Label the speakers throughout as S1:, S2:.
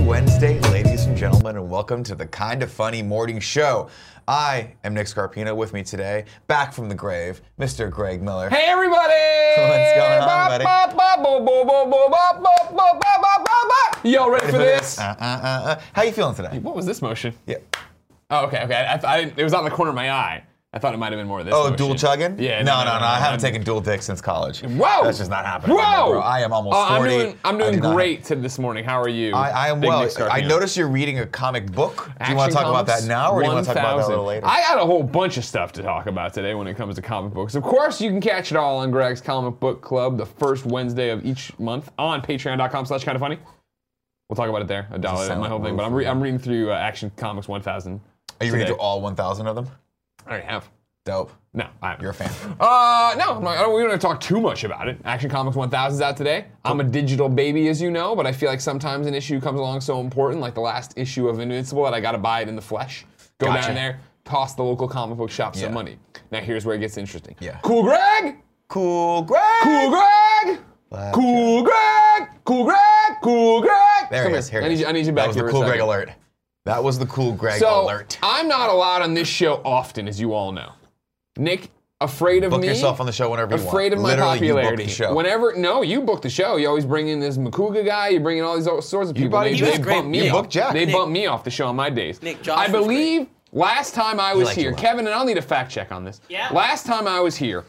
S1: Wednesday, ladies and gentlemen, and welcome to the Kind of Funny Morning Show. I am Nick Scarpino. With me today, back from the grave, Mr. Greg Miller.
S2: Hey everybody!
S1: What's going on, buddy?
S2: Ba, ba, ba, bo, bo, bo, bo, ba, bo, bo, ba, ba, ba, ba. Yo, ready for this?
S1: Uh, uh, uh, uh. How you feeling today?
S2: What was this motion?
S1: Yeah.
S2: Oh, okay, okay. I, I, didn't- it was on the corner of my eye. I thought it might have been more of this.
S1: Oh,
S2: motion.
S1: dual chugging?
S2: Yeah.
S1: No, no, no. I haven't
S2: I'm-
S1: taken dual dick since college.
S2: Whoa!
S1: That's just not happening.
S2: Whoa!
S1: Bro, I am almost
S2: Uh,
S1: 40.
S2: I'm doing, I'm
S1: I
S2: doing
S1: do not-
S2: great to this morning. How are you?
S1: I, I am
S2: Big
S1: well.
S2: Nick
S1: I
S2: Scarpino.
S1: noticed you're reading a comic book. Do you
S2: Action
S1: want to talk about that
S2: Comics
S1: now, or do you want to talk about that a
S2: 1000.
S1: little later?
S2: I got a whole bunch of stuff to talk about today when it comes to comic books. Of course, you can catch it all on Greg's Comic Book Club the first Wednesday of each month on patreon.com slash kind of funny. We'll talk about it there. I doubt it,
S1: silent
S2: my whole thing,
S1: move.
S2: but I'm, re- I'm reading through uh, Action Comics 1000.
S1: Are you reading
S2: today.
S1: through all 1,000 of them?
S2: I already have.
S1: Dope.
S2: No, I haven't.
S1: You're a fan.
S2: Uh, no, I'm not, I don't, we don't have to talk too much about it. Action Comics 1000 is out today. I'm a digital baby, as you know, but I feel like sometimes an issue comes along so important, like the last issue of Invincible, that I gotta buy it in the flesh. Go
S1: Gotcha.
S2: down there, toss the local comic book shop some
S1: Yeah.
S2: money. Now here's where it gets interesting.
S1: Yeah.
S2: Cool Greg!
S1: Cool, Greg.
S2: Cool Greg!
S1: Wow.
S2: Cool Greg! Cool Greg! Cool Greg!
S1: There
S2: Come
S1: it is. Here
S2: I
S1: it
S2: need
S1: is.
S2: you, I need you
S1: That
S2: back
S1: was
S2: here.
S1: the
S2: for
S1: cool
S2: a
S1: Greg
S2: second.
S1: alert. That was the cool Greg
S2: So uh,
S1: alert.
S2: I'm not allowed on this show often, as you all know. Nick, afraid of
S1: Book
S2: me.
S1: yourself on the show whenever you want.
S2: afraid of my
S1: Literally, You
S2: popularity.
S1: booked the show.
S2: Whenever no, you book the show. You always bring in this Makuga guy. You bring in all these all sorts of people.
S1: brought-
S2: they
S1: he was
S2: they
S1: great.
S2: bump me
S1: You
S2: off.
S1: booked Jack.
S2: They
S1: Nick-
S2: bump me off the show on my days.
S3: Nick, Josh
S2: I
S3: was great.
S2: believe last time I was
S1: liked you a
S2: here,
S1: lot.
S2: Kevin, and I'll need a fact check on this.
S3: Yeah.
S2: Last time I was here,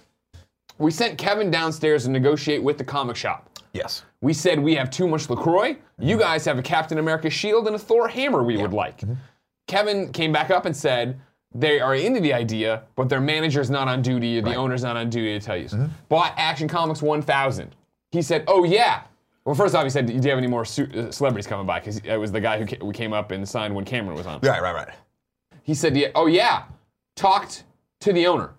S2: we sent Kevin downstairs to negotiate with the comic shop.
S1: yes.
S2: We said we have too much LaCroix. You guys have a Captain America shield and a Thor hammer we would like. Kevin came back up and said they are into the idea, but their manager's not on duty or the owner's not on duty to tell you. Bought Action Comics 1000. He said, oh yeah. Well, first off, he said, do you have any more su- uh, celebrities coming by? Because it was the guy who ca- who came up and signed when Cameron was on.
S1: Right, right, right.
S2: He said, yeah, oh yeah, talked to the owner.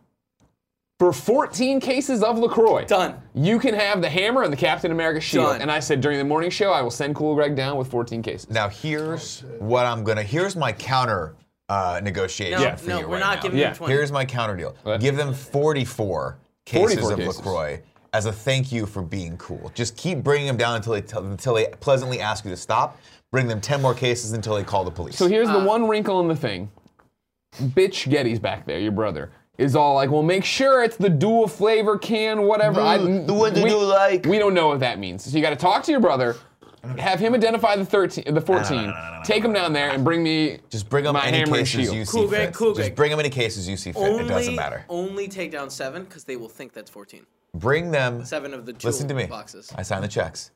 S2: For 14 cases of LaCroix.
S3: Done.
S2: You can have the hammer and the Captain America shield.
S3: Done.
S2: And I said during the morning show, I will send Cool Greg down with 14 cases.
S1: Now here's what I'm gonna. Here's my counter uh, negotiation
S3: No,
S1: for
S3: no,
S1: you
S3: we're
S1: right
S3: not
S1: now.
S3: giving
S2: Yeah.
S3: him 20.
S1: Here's my counter deal. Give them 44 cases
S2: 44
S1: of
S2: cases.
S1: Lacroix as a thank you for being cool. Just keep bringing them down until they tell, until they pleasantly ask you to stop. Bring them 10 more cases until they call the police.
S2: So here's
S3: Uh.
S2: the one wrinkle in the thing. Bitch Getty's back there, your brother. Is all like, well, make sure it's the dual flavor can, whatever. I-
S1: Mm, the one that you like.
S2: We don't know what that means. So you got to talk to your brother, have him identify the 13, the 14, take him down there, and bring me
S1: just bring them
S2: my
S1: any
S2: hammer and
S1: cases
S2: shield.
S1: you see
S3: Cool, Greg,
S1: fit.
S3: cool,
S1: Just
S3: Greg.
S1: bring them any cases you see fit.
S3: only,
S1: it doesn't matter.
S3: Only take down seven because they will think that's 14.
S1: Bring them
S3: Seven of the two
S1: Listen to me.
S3: boxes.
S1: I sign the checks.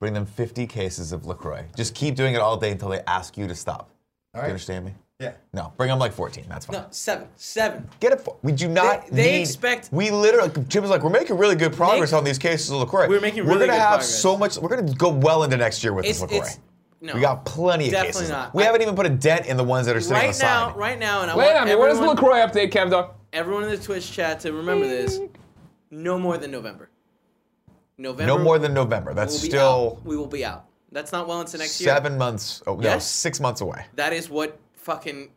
S1: Bring them 50 cases of LaCroix. Just keep doing it all day until they ask you to stop. Do you understand me?
S4: Yeah.
S1: No, bring them like 14. That's fine.
S3: No, seven. Seven.
S1: Get it. For, we do not.
S3: They- they
S1: need-
S3: expect-
S1: We literally. Jim was like, we're making really good progress
S3: Nick,
S1: on these cases of Lacroix.
S3: we're making
S1: We're
S3: really
S1: gonna
S3: good
S1: have
S3: progress.
S1: so much. We're gonna go well into next year with
S3: It's,
S1: this Lacroix.
S3: it's, no.
S1: we got plenty of
S3: Definitely
S1: cases.
S3: not.
S1: We
S3: I-
S1: haven't even put a dent in the ones that are sitting on
S3: Right
S1: the
S3: now,
S1: side.
S3: right now, and I
S2: Wait
S3: want
S2: on me, where's
S3: everyone,
S2: the LaCroix update, Kev Dog?
S3: everyone in the Twitch chat to remember this. No more than November. November.
S1: No more than November. That's
S3: we'll be
S1: still
S3: out. We will be out. That's not well into next year.
S1: seven months. Oh, no,
S3: Yes?
S1: six months away.
S3: That is what fucking.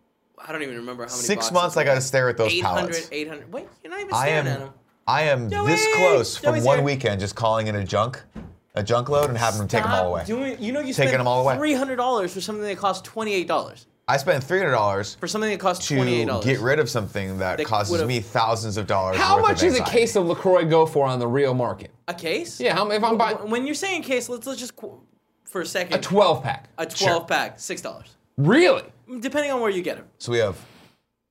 S3: I don't even remember how many.
S1: Six
S3: boxes
S1: months. I
S3: we
S1: got to
S3: had.
S1: stare at those
S3: 800,
S1: pallets.
S3: 800. Wait, you're not even
S1: I
S3: staring at
S1: am.
S3: them.
S1: I am this
S3: Joey!
S1: close from
S3: Joey's
S1: one
S3: here.
S1: weekend just calling in a junk, a junk load, and having them take them all away.
S3: Doing, you know, you
S1: Taking
S3: spent
S1: them all away.
S3: three hundred dollars for something that cost twenty eight dollars
S1: I spent three hundred dollars
S3: for something that cost twenty eight
S1: to
S3: dollars.
S1: get rid of something that,
S3: That
S1: causes
S3: would've-
S1: me thousands of dollars.
S2: How
S1: worth of
S2: much does a
S1: anxiety.
S2: case of LaCroix go for on the real market?
S3: a case.
S2: Yeah, how, if I'm buying
S3: Wh- When you're saying case, let's let's just qu- for a second
S2: a 12 pack.
S3: a twelve pack, six dollars, Mm,
S2: Really?
S3: depending on where you get it.
S1: So we have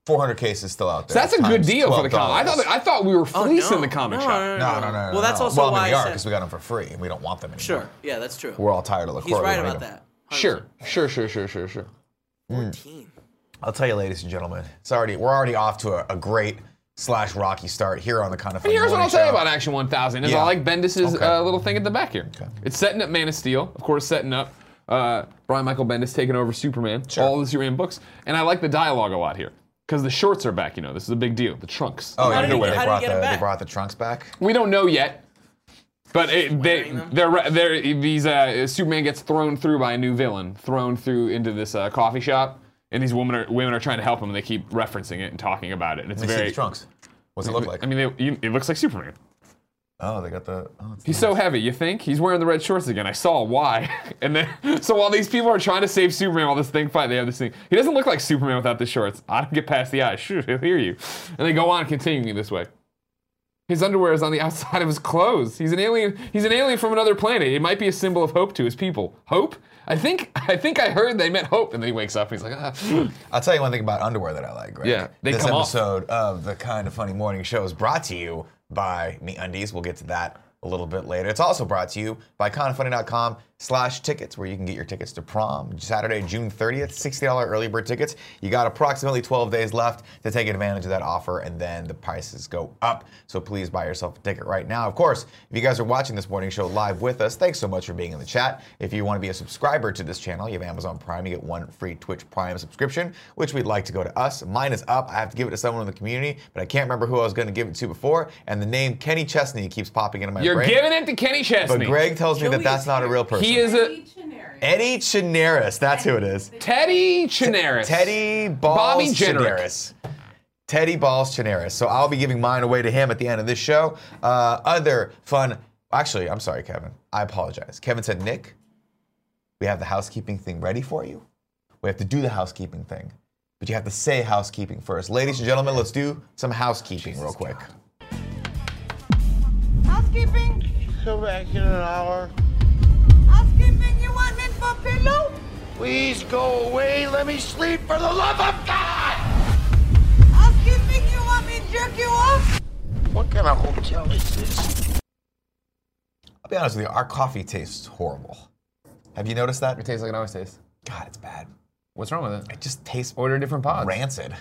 S1: four hundred cases still out there.
S2: That's a good
S1: times
S2: deal for the comic. I thought
S1: $12.
S2: that, I thought we were
S3: Oh,
S2: fleecing
S3: no.
S2: the comic
S3: no,
S2: shop.
S3: No, no,
S1: no, no, no, no.
S3: Well, that's
S1: no.
S3: also
S1: well, I
S3: why
S1: mean, we
S3: I
S1: are
S3: said-
S1: because we got them for free and we don't want them anymore.
S3: Sure. Yeah, that's true.
S1: We're all tired of LaCroix.
S3: He's
S1: We
S3: right
S1: hate
S3: about
S1: them.
S3: that.
S2: Sure, sure, sure, sure, sure, sure.
S3: Fourteen.
S1: I'll tell you, ladies and gentlemen, it's already we're already off to a, a great slash rocky start here on the kind of.
S2: But here's what I'll tell you about Action 1000 is
S1: Yeah.
S2: I like Bendis's
S1: Okay.
S2: uh, little thing at the back here. It's setting up Man of Steel, of course, setting up uh, Brian Michael Bendis taking over Superman, all the Superman books, and I like the dialogue a lot here because the shorts are back. You know, this is a big deal. The trunks.
S1: Oh,
S3: How
S1: yeah,
S3: did he-
S1: underwear.
S3: how
S1: They
S3: did he
S1: brought
S3: get 'em
S1: the- they
S3: back?
S1: brought the trunks back.
S2: We don't know yet, but it, they,
S3: Wearing them?
S2: they're re- they're these uh, Superman gets thrown through by a new villain, thrown through into this uh, coffee shop, and these women are women are trying to help him, and they keep referencing it and talking about it, and it's
S1: Let me see
S2: very.
S1: the trunks. What's it look like?
S2: I mean, they, you, it looks like Superman.
S1: Oh, they got the. Oh, it's
S2: He's so heavy, you think? He's wearing the red shorts again. I saw why. And then, so while these people are trying to save Superman while this thing fight, they have this thing. He doesn't look like Superman without the shorts. I don't get past the eyes. Shoot, he'll hear you. And they go on continuing this way. His underwear is on the outside of his clothes. He's an alien. He's an alien from another planet. It might be a symbol of hope to his people. Hope? I think I think I heard they meant hope. And then he wakes up. And he's like, ah.
S1: I'll tell you one thing about underwear that I like, Greg.
S2: Yeah, they
S1: this
S2: come off.
S1: episode of the Kind of Funny Morning Show is brought to you by Me Undies. We'll get to that a little bit later. It's also brought to you by kindoffunny.com slash tickets, where you can get your tickets to prom Saturday, June 30th, $60 early bird tickets. You got approximately 12 days left to take advantage of that offer, and then the prices go up. So please buy yourself a ticket right now. Of course, if you guys are watching this morning show live with us, thanks so much for being in the chat. If you want to be a subscriber to this channel, you have Amazon Prime, you get one free Twitch Prime subscription, which we'd like to go to us. Mine is up. I have to give it to someone in the community, but I can't remember who I was going to give it to before. And the name Kenny Chesney keeps popping into my
S2: "You're
S1: brain.
S2: giving it to Kenny Chesney."
S1: but Greg tells me that
S3: Joey
S1: that's
S3: is
S1: not a
S3: here.
S1: real person.
S2: he is a
S1: Eddie Chinaris. That's who it is.
S2: Teddy Chinaris.
S1: Teddy Balls
S2: Bobby Jenrick.
S1: Chinaris. Teddy Balls Chinaris. So I'll be giving mine away to him at the end of this show. Uh, other fun. Actually, I'm sorry, Kevin. I apologize. Kevin said, Nick, we have the housekeeping thing ready for you. We have to do the housekeeping thing, but you have to say housekeeping first. Ladies and gentlemen, let's do some housekeeping real quick.
S4: Housekeeping?
S5: Come back in an hour.
S4: Housekeeping, you want me for pillow?
S5: Please go away. Let me sleep for the love of God!
S4: Housekeeping, you want me to jerk you off?
S5: What kind of hotel is this?
S1: I'll be honest with you, our coffee tastes horrible. Have you noticed that?
S2: It tastes like it always tastes.
S1: God, it's bad.
S2: What's wrong with it?
S1: It just tastes
S2: Order different pods.
S1: rancid.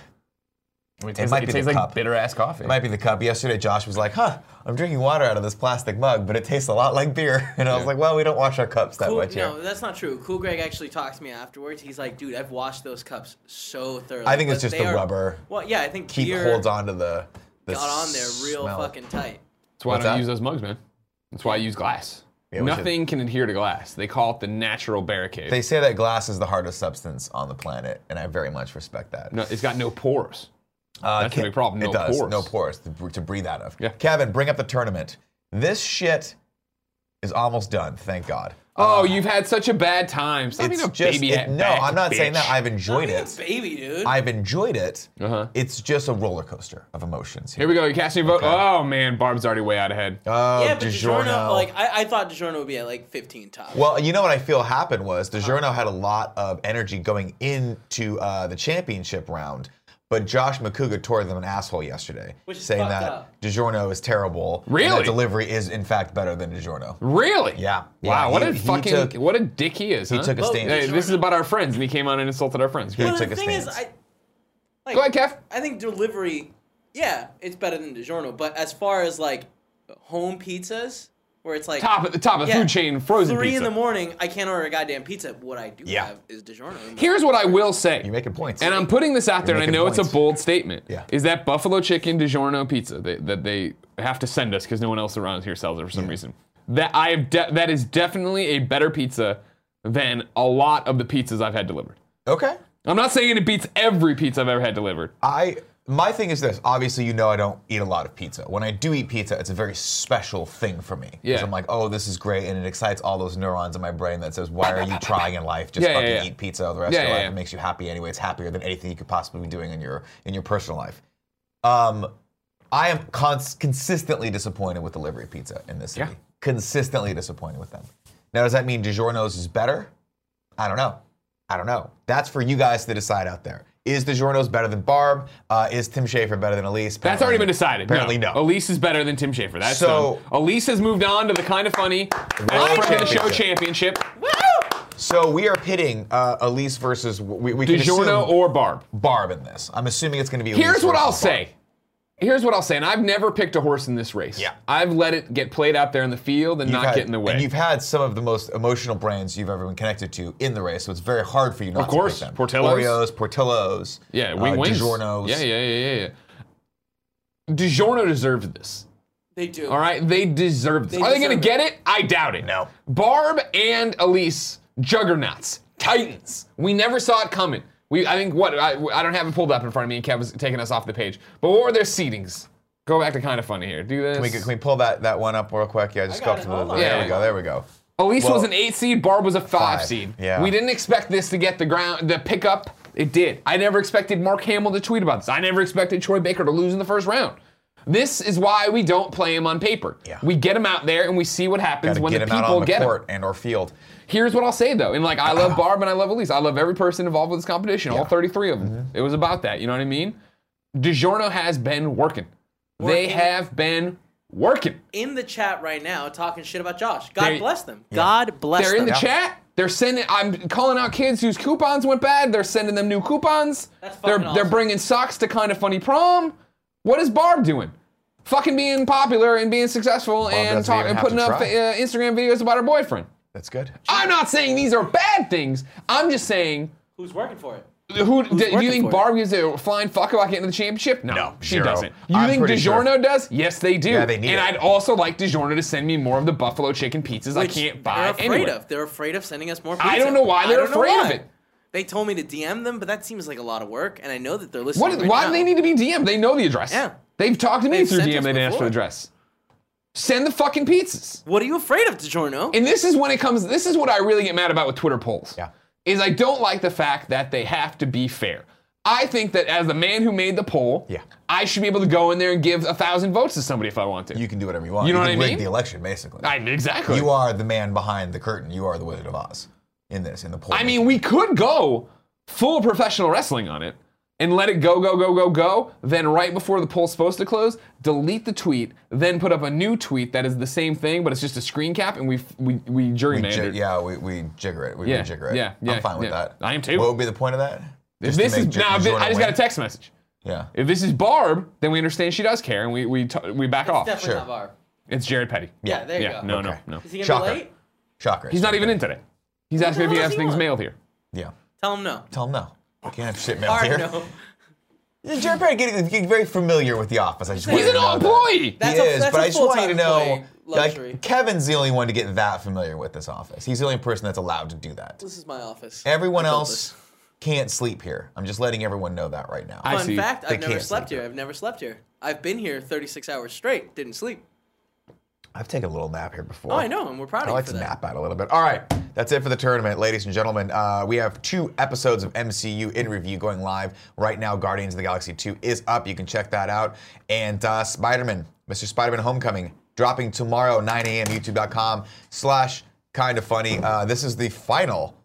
S2: I mean, it
S1: might be the cup.
S2: bitter ass coffee.
S1: It might be the cup. Yesterday, Josh was like, huh, I'm drinking water out of this plastic mug, but it tastes a lot like beer. And I was like, well, we don't wash our cups that
S3: Cool,
S1: much here.
S3: no, that's not true. Cool Greg actually talked to me afterwards. He's like, dude, I've washed those cups so thoroughly.
S1: I think it's
S3: But
S1: just
S3: they
S1: the
S3: are-
S1: rubber.
S3: Well, yeah, I think
S1: Keep
S3: beer
S1: holds on to the, the
S3: got on there real
S1: smell.
S3: fucking tight.
S2: That's why I
S1: What's
S2: don't
S1: that?
S2: use those mugs, man. That's why I use glass.
S1: Yeah, we should-
S2: Nothing can adhere to glass. They call it the natural barricade.
S1: They say that glass is the hardest substance on the planet, and I very much respect that.
S2: No, it's got no pores.
S1: Uh,
S2: That's the
S1: Ke-
S2: big problem,
S1: it
S2: no
S1: does.
S2: pores.
S1: No pores to, br- to breathe out of.
S2: Yeah.
S1: Kevin, bring up the tournament. This shit is almost done, thank God.
S2: Oh, you've had such a bad time. Stop being
S1: Uh, it's
S2: a
S1: just,
S2: baby.
S1: it-
S2: at
S1: no,
S2: bat,
S1: I'm not saying
S2: bitch.
S1: that. I've enjoyed
S3: You're a
S1: it.
S3: baby, dude.
S1: I've enjoyed it.
S2: Uh-huh.
S1: It's just a roller coaster of emotions.
S2: Here we go. You casting your vote. Oh man, Barb's already way out ahead.
S1: Oh,
S3: yeah, but DiGiorno,
S1: DiGiorno.
S3: like I, I thought DiGiorno would be at like 15 top.
S1: well, you know what I feel happened was DiGiorno had a lot of energy going into uh, the championship round, but Josh McCuga tore them an asshole yesterday,
S3: Which is
S1: saying
S3: fucked
S1: that
S3: up.
S1: DiGiorno is terrible. and
S2: Really?
S1: that delivery is in fact better than DiGiorno.
S2: Really?
S1: Yeah.
S2: Wow.
S1: Yeah,
S2: what
S1: he-
S2: a
S1: he
S2: fucking
S1: took-
S2: what a dick he is.
S1: He
S2: huh?
S1: took a
S3: Well,
S1: stand.
S2: Hey, this is about our friends, and he came on and insulted our friends.
S1: Yeah.
S2: Go
S3: Well,
S1: took
S3: the
S1: a
S3: thing is, I,
S1: stance.
S3: like,
S2: ahead, Kev.
S3: I think delivery, yeah, it's better than DiGiorno. But as far as like home pizzas, where it's like
S2: Top at the top of the
S3: yeah,
S2: food chain, frozen
S3: three in
S2: pizza.
S3: the morning, I can't order a goddamn pizza. What I do
S1: Yeah.
S3: have is DiGiorno. in my-
S2: Here's what I will say.
S1: You're making points.
S2: And I'm putting this out there, and I
S1: making
S2: know it's
S1: points.
S2: a bold statement.
S1: Yeah.
S2: Is that Buffalo Chicken DiGiorno pizza that, that they have to send us because no one else around here sells it for some reason? That I have de- that is definitely a better pizza than a lot of the pizzas I've had delivered.
S1: okay.
S2: I'm not saying it beats every pizza I've ever had delivered.
S1: I my thing is this. Obviously, you know I don't eat a lot of pizza. When I do eat pizza, it's a very special thing for me. 'Cause
S2: Yeah.
S1: I'm like, oh, this is great, and it excites all those neurons in my brain that says, why are you trying in life? Just
S2: Yeah, yeah,
S1: fucking
S2: yeah.
S1: eat pizza the rest
S2: Yeah,
S1: of your
S2: yeah,
S1: life.
S2: yeah.
S1: It makes you happy anyway. It's happier than anything you could possibly be doing in your in your personal life. Um, I am cons- consistently disappointed with delivery pizza in this city.
S2: Yeah.
S1: Consistently disappointed with them. Now, does that mean DiGiorno's is better? I don't know. I don't know. That's for you guys to decide out there. Is DiGiorno's better than Barb? Uh, is Tim Schafer better than Elise?
S2: That's already been decided.
S1: Apparently, no.
S2: Elise is better than Tim Schafer. That's
S1: So-
S2: so. Elise has moved on to the kind of funny
S1: World
S2: Friend of the Show Championship.
S1: So we are pitting uh, Elise versus we, we can
S2: DiGiorno
S1: assume
S2: or Barb.
S1: Barb in this. I'm assuming it's going to be. Elise
S2: Here's what
S1: versus
S2: I'll
S1: Barb.
S2: say. Here's what I'll say, and I've never picked a horse in this race.
S1: Yeah.
S2: I've let it get played out there in the field and
S1: You've
S2: not
S1: had-
S2: get in the way.
S1: And you've had some of the most emotional brands you've ever been connected to in the race, so it's very hard for you not
S2: Of course,
S1: to pick them.
S2: Portillo's.
S1: Oreos, Portillos,
S2: yeah,
S1: uh,
S2: wing wings.
S1: DiGiorno's.
S2: Yeah, yeah, yeah, yeah, yeah. DiGiorno deserved this.
S3: they do.
S2: All right, they deserve this.
S3: They
S2: Are they going to
S3: deserve
S2: get it? I doubt it.
S1: No.
S2: Barb and Elise, juggernauts, titans. We never saw it coming. We, I think, what I, I don't have it pulled up in front of me, and Kev was taking us off the page. But what were their seedings? Go back to kind of funny here. Do this.
S1: Can we, can we pull that, that one up real quick? Yeah, just go
S3: I got
S1: up
S3: it.
S1: to the.
S3: Hold on.
S1: there
S2: Yeah.
S1: we go. There we go.
S2: Elise
S1: Well-
S2: was an eight seed. Barb was a five,
S1: Five,
S2: seed.
S1: yeah.
S2: We didn't expect this to get the ground, the pickup. It did. I never expected Mark Hamill to tweet about this. I never expected Troy Baker to lose in the first round. This is why we don't play him on paper.
S1: Yeah.
S2: We get him out there and we see what happens
S1: Gotta
S2: when
S1: get
S2: the
S1: him
S2: people
S1: out on the
S2: get
S1: court
S2: him.
S1: and or field.
S2: Here's what I'll say though, and like I love Barb and I love Elise. I love every person involved with this competition, all 33 of them.
S1: Mm-hmm.
S2: It was about that. You know what I mean? DiGiorno has been working. They
S3: Working.
S2: have been working.
S3: in the chat right now talking shit about Josh. God
S2: They-
S3: bless them. God bless
S2: They're in
S3: them.
S2: the
S1: Yeah.
S2: chat. They're sending. I'm calling out kids whose coupons went bad. They're sending them new coupons.
S3: That's fucking
S2: they're they're
S3: awesome.
S2: bringing socks to kind of funny prom. What is Barb doing? Fucking being popular and being successful and
S1: doesn't
S2: talk,
S1: even
S2: and
S1: have
S2: putting
S1: to
S2: up uh,
S1: try.
S2: Instagram videos about her boyfriend.
S1: That's good.
S2: I'm not saying these are bad things. I'm just saying.
S3: Who's working for it?
S2: Who do you
S3: working
S2: think
S3: for
S2: Barb gives a flying fuck about getting to the championship? No,
S1: No,
S2: she
S1: zero.
S2: doesn't. You
S1: I'm
S2: think
S1: pretty
S2: DiGiorno
S1: sure.
S2: does? Yes, they do.
S1: Yeah, they need
S2: and
S1: it.
S2: I'd also like DiGiorno to send me more of the buffalo chicken pizzas I
S3: Which
S2: can't buy
S3: They're afraid
S2: anyway.
S3: of. They're afraid of sending us more. Pizza.
S2: I don't know why
S3: I
S2: they're
S3: don't know
S2: afraid of
S3: why.
S2: it.
S3: They told me to DM them, but that seems like a lot of work, and I know that they're listening.
S2: What?
S3: right
S2: why
S3: now.
S2: do they need to be DM? They know the address.
S3: Yeah.
S2: They've talked to me
S3: They've
S2: through DM.
S3: sent
S2: They
S3: us
S2: didn't ask for
S3: before.
S2: the address. Send the fucking pizzas.
S3: What are you afraid of, DiGiorno?
S2: And this is when it comes. This is what I really get mad about with Twitter polls.
S1: Yeah.
S2: Is I don't like the fact that they have to be fair. I think that as the man who made the poll,
S1: Yeah.
S2: I should be able to go in there and give a thousand votes to somebody if I want to.
S1: You can do whatever you want.
S2: You know what
S1: can
S2: I
S1: rig
S2: mean?
S1: the election, basically.
S2: I, exactly.
S1: You are the man behind the curtain. You are the Wizard of Oz in this, in the poll.
S2: I mean, we could go full professional wrestling on it and let it go, go, go, go, go. Then, right before the poll's supposed to close, delete the tweet, then put up a new tweet that is the same thing, but it's just a screen cap, and we we we jury
S1: We
S2: manned
S1: ji-
S2: it.
S1: yeah, we, we jigger it. We
S2: Yeah,
S1: rejigger it.
S2: yeah, yeah,
S1: I'm fine with
S2: yeah.
S1: that.
S2: I am too.
S1: What would be the point of that?
S2: If
S1: Just to
S2: this is
S1: make J-
S2: now, if it-
S1: Jordan
S2: I just
S1: win?
S2: got a text message.
S1: Yeah.
S2: If this is Barb, then we understand she does care, and we we t- we back off.
S3: Definitely
S1: Sure.
S3: not Barb.
S2: It's Jared Petty.
S3: Yeah, there you
S2: yeah,
S3: go.
S2: no,
S1: Okay.
S2: no, no.
S3: Is he gonna
S1: Shocker.
S3: be late?
S1: Shocker.
S2: He's not even in today. He's asking if he
S3: hell does
S2: has
S3: he
S2: things
S3: want?
S2: mailed here.
S1: Yeah.
S3: Tell him no.
S1: Tell him no. We can't have shit mailed
S3: Barb,
S1: here.
S3: no.
S1: Yeah, Jared Perry getting, getting very familiar with the office. I just want
S2: He's
S1: you
S2: an
S1: to know that.
S2: employee.
S1: He
S3: That's a-
S1: is,
S3: that's
S1: but
S3: a
S1: I just want you to know,
S3: full-time employee luxury.
S1: like Kevin's the only one to get that familiar with this office. He's the only person that's allowed to do that.
S3: This is my office.
S1: Everyone
S3: I built
S1: else
S3: this.
S1: can't sleep here. I'm just letting everyone know that right now.
S2: I
S3: Fun
S2: see.
S3: fact:
S1: They
S3: I've never
S1: can't
S3: slept
S1: sleep.
S3: here. I've never slept here. I've been here 36 hours straight. Didn't sleep.
S1: I've taken a little nap here before.
S3: Oh, I know, and we're proud of
S1: I
S3: you
S1: like
S3: for
S1: to
S3: that.
S1: nap out a little bit. All right, that's it for the tournament, ladies and gentlemen. Uh, we have two episodes of MCU in review going live right now. Guardians of the Galaxy 2 is up. You can check that out. And uh, Spider Man, Mr. Spider Man Homecoming, dropping tomorrow, 9 a.m., youtube.com slash kind of funny. Uh, this is the final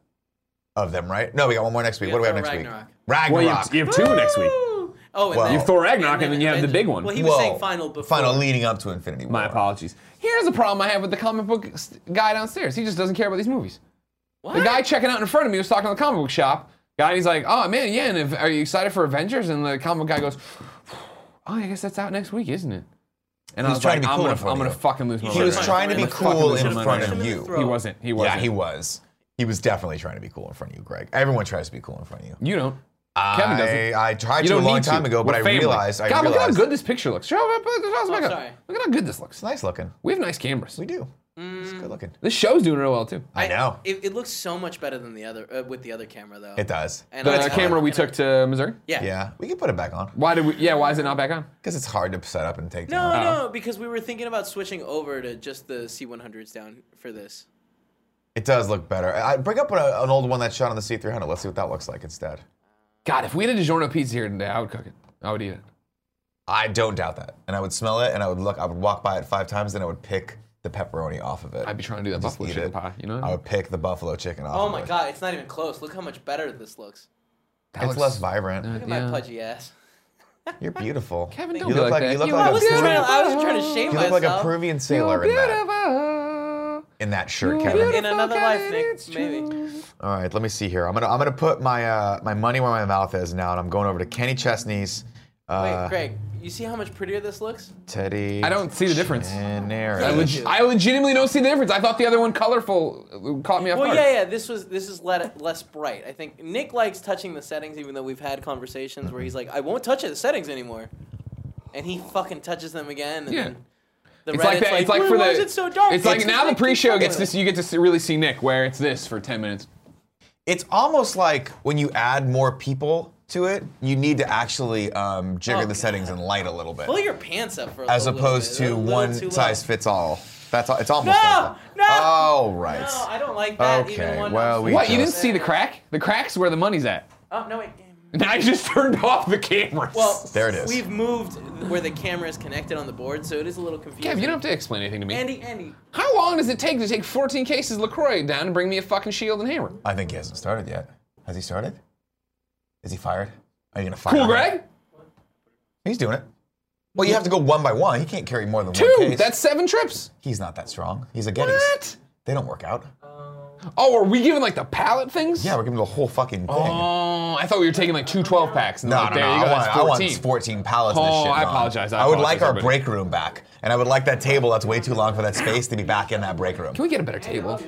S1: of them, right? No, we got one more next week.
S3: We
S1: what do we have
S3: have
S1: next
S3: Ragnarok.
S1: week? Ragnarok.
S2: Well, you have, you have two next week.
S3: Woo! Oh, and
S1: Well-
S3: then,
S1: You have
S2: Thor Ragnarok, and then you have the
S3: Avengers.
S2: big one.
S3: Well, he was
S1: Whoa.
S3: saying final before.
S1: Final leading up to Infinity War.
S2: My apologies. Here's the problem I have with the comic book s- guy downstairs. He just doesn't care about these movies.
S3: What?
S2: The guy checking out in front of me was talking to the comic book shop guy, and he's like, "Oh man, yeah, and if, are you excited for Avengers?" And the comic book guy goes, "Oh, I guess that's out next week, isn't it?" And I
S1: was
S2: was
S1: trying
S2: like,
S1: to be
S2: "I'm
S1: cool
S2: gonna,
S1: in front
S2: I'm
S1: of
S2: gonna
S1: you.
S2: fucking lose my
S1: He
S2: mind
S1: was
S2: right
S1: trying to
S2: now.
S1: be
S2: I'm gonna fucking
S1: cool
S2: lose
S1: in
S2: my
S1: front
S2: mind
S1: of
S2: right
S1: you.
S2: now." He wasn't. He wasn't.
S1: Yeah, he was. He was definitely trying to be cool in front of you, Greg. Everyone tries to be cool in front of you.
S2: You don't. Kevin doesn't.
S1: I, I tried
S2: you
S1: to a
S2: don't
S1: long
S2: need
S1: time
S2: to.
S1: ago, but
S2: We're
S1: I
S2: family.
S1: realized. I
S2: God, look at how
S1: realized
S2: good this picture looks. Show up- put the mouse back up.
S3: Oh, sorry.
S2: Look at how good this looks.
S1: It's nice looking.
S2: We have nice cameras.
S1: We do. It's good looking.
S2: This show's doing real well too.
S1: I know.
S3: Mm. It, it looks so much better than the other uh, with the other camera though.
S1: It does.
S3: And
S2: The
S3: I-
S2: camera we took to Missouri.
S3: Yeah.
S1: Yeah, we can put it back on
S2: Why did we? Yeah, why is it not back on?
S1: because it's hard to set up and take
S3: No,
S1: down.
S2: Oh.
S3: no, because we were thinking about switching over to just the C100s down for this.
S1: It does look better. I, bring up a, an old one that's shot on the C300. Let's see what that looks like instead.
S2: God, if we had a DiGiorno pizza here today, I would cook it. I would eat it.
S1: I don't doubt that. And I would smell it, and I would look. I would walk by it five times, then I would pick the pepperoni off of it.
S2: I'd be trying to do that
S1: Just
S2: buffalo
S1: eat
S2: chicken
S1: it.
S2: pie. You know,
S1: I would pick the buffalo chicken off.
S3: Oh
S1: of
S3: my
S1: it.
S3: god, it's not even close. Look how much better this looks.
S2: That
S1: It's
S2: looks-
S1: less vibrant.
S3: Look at my pudgy ass.
S1: You're beautiful.
S2: uh, Kevin,
S1: you
S2: don't
S1: look
S2: be
S1: like,
S2: like
S1: you
S2: that.
S1: look
S2: You
S1: like
S3: I
S1: a
S2: are
S3: wasn't
S1: Peruvian-
S3: trying. To, I wasn't trying to shame
S1: you look like a
S3: myself.
S1: Peruvian
S2: You're
S1: sailor in that.
S2: beautiful.
S1: In that shirt,
S2: You're
S1: Kevin.
S2: beautiful,
S3: In another life,
S2: Kevin,
S3: Nick,
S2: it's
S3: maybe.
S2: true.
S1: All right, let me see here. I'm gonna I'm gonna put my uh, my money where my mouth is now, and I'm going over to Kenny Chesney's. Uh,
S3: Wait, Greg, you see how much prettier this looks?
S1: Teddy.
S2: I don't see the difference.
S1: Chennares.
S2: I, leg- I legitimately don't see the difference. I thought the other one colorful uh, caught me off
S3: Well,
S2: guard.
S3: yeah, yeah. This was this is let, less bright. I think Nick likes touching the settings, even though we've had conversations where he's like, "I won't touch the settings anymore," and he fucking touches them again. And
S2: Yeah.
S3: Then the
S2: It's like
S3: Reddit's
S2: that. it's like for
S3: "Why
S2: the.
S3: is it so dark?"
S2: It's like now the
S3: keep
S2: pre-show
S3: fucking
S2: gets
S3: with
S2: this.
S3: it.
S2: You get to see, really see Nick where it's this for ten minutes.
S1: It's almost like when you add more people to it, you need to actually um, jigger
S3: Oh,
S1: the
S3: God.
S1: settings and light a little bit,
S3: Pull your pants up for a
S1: as
S3: little
S1: opposed
S3: bit.
S1: to
S3: A little
S1: one
S3: too uh, low.
S1: size fits all. That's all, it's almost.
S3: No,
S1: like that.
S3: no.
S1: All right.
S3: No, I don't like that.
S1: Okay,
S3: Even one
S1: well, we
S2: What? You didn't
S1: just-
S2: see the crack? The crack's where the money's at.
S3: Oh no, wait.
S2: Now you just turned off the cameras.
S3: Well,
S1: There it is.
S3: We've moved where the camera is connected on the board, so it is a little confusing.
S2: Gav, you don't have to explain anything to me.
S3: Andy, Andy,
S2: How long does it take to take 14 cases of LaCroix down and bring me a fucking shield and hammer?
S1: I think he hasn't started yet. Has he started? Is he fired? Are you gonna fire?
S2: Cool,
S1: him?
S2: Greg?
S1: He's doing it. Well, you have to go one by one. He can't carry more than one
S2: Two.
S1: case.
S2: That's seven trips.
S1: He's not that strong. He's a Gettys.
S2: What?
S1: They don't work out.
S2: Oh, are we giving like the pallet things?
S1: Yeah, we're giving him the whole fucking thing.
S2: Oh, I thought we were taking like two 12 packs. And
S1: No,
S2: like,
S1: no,
S2: there
S1: no.
S2: You go,
S1: I want,
S2: that's
S1: I want
S2: 14.
S1: 14 pallets of this
S2: Oh,
S1: shit.
S2: I
S1: gone.
S2: apologize, I
S1: would
S2: apologize,
S1: like our
S2: everybody.
S1: break room back. And I would like that table that's way too long for that space to be back in that break room.
S2: Can we get a better table?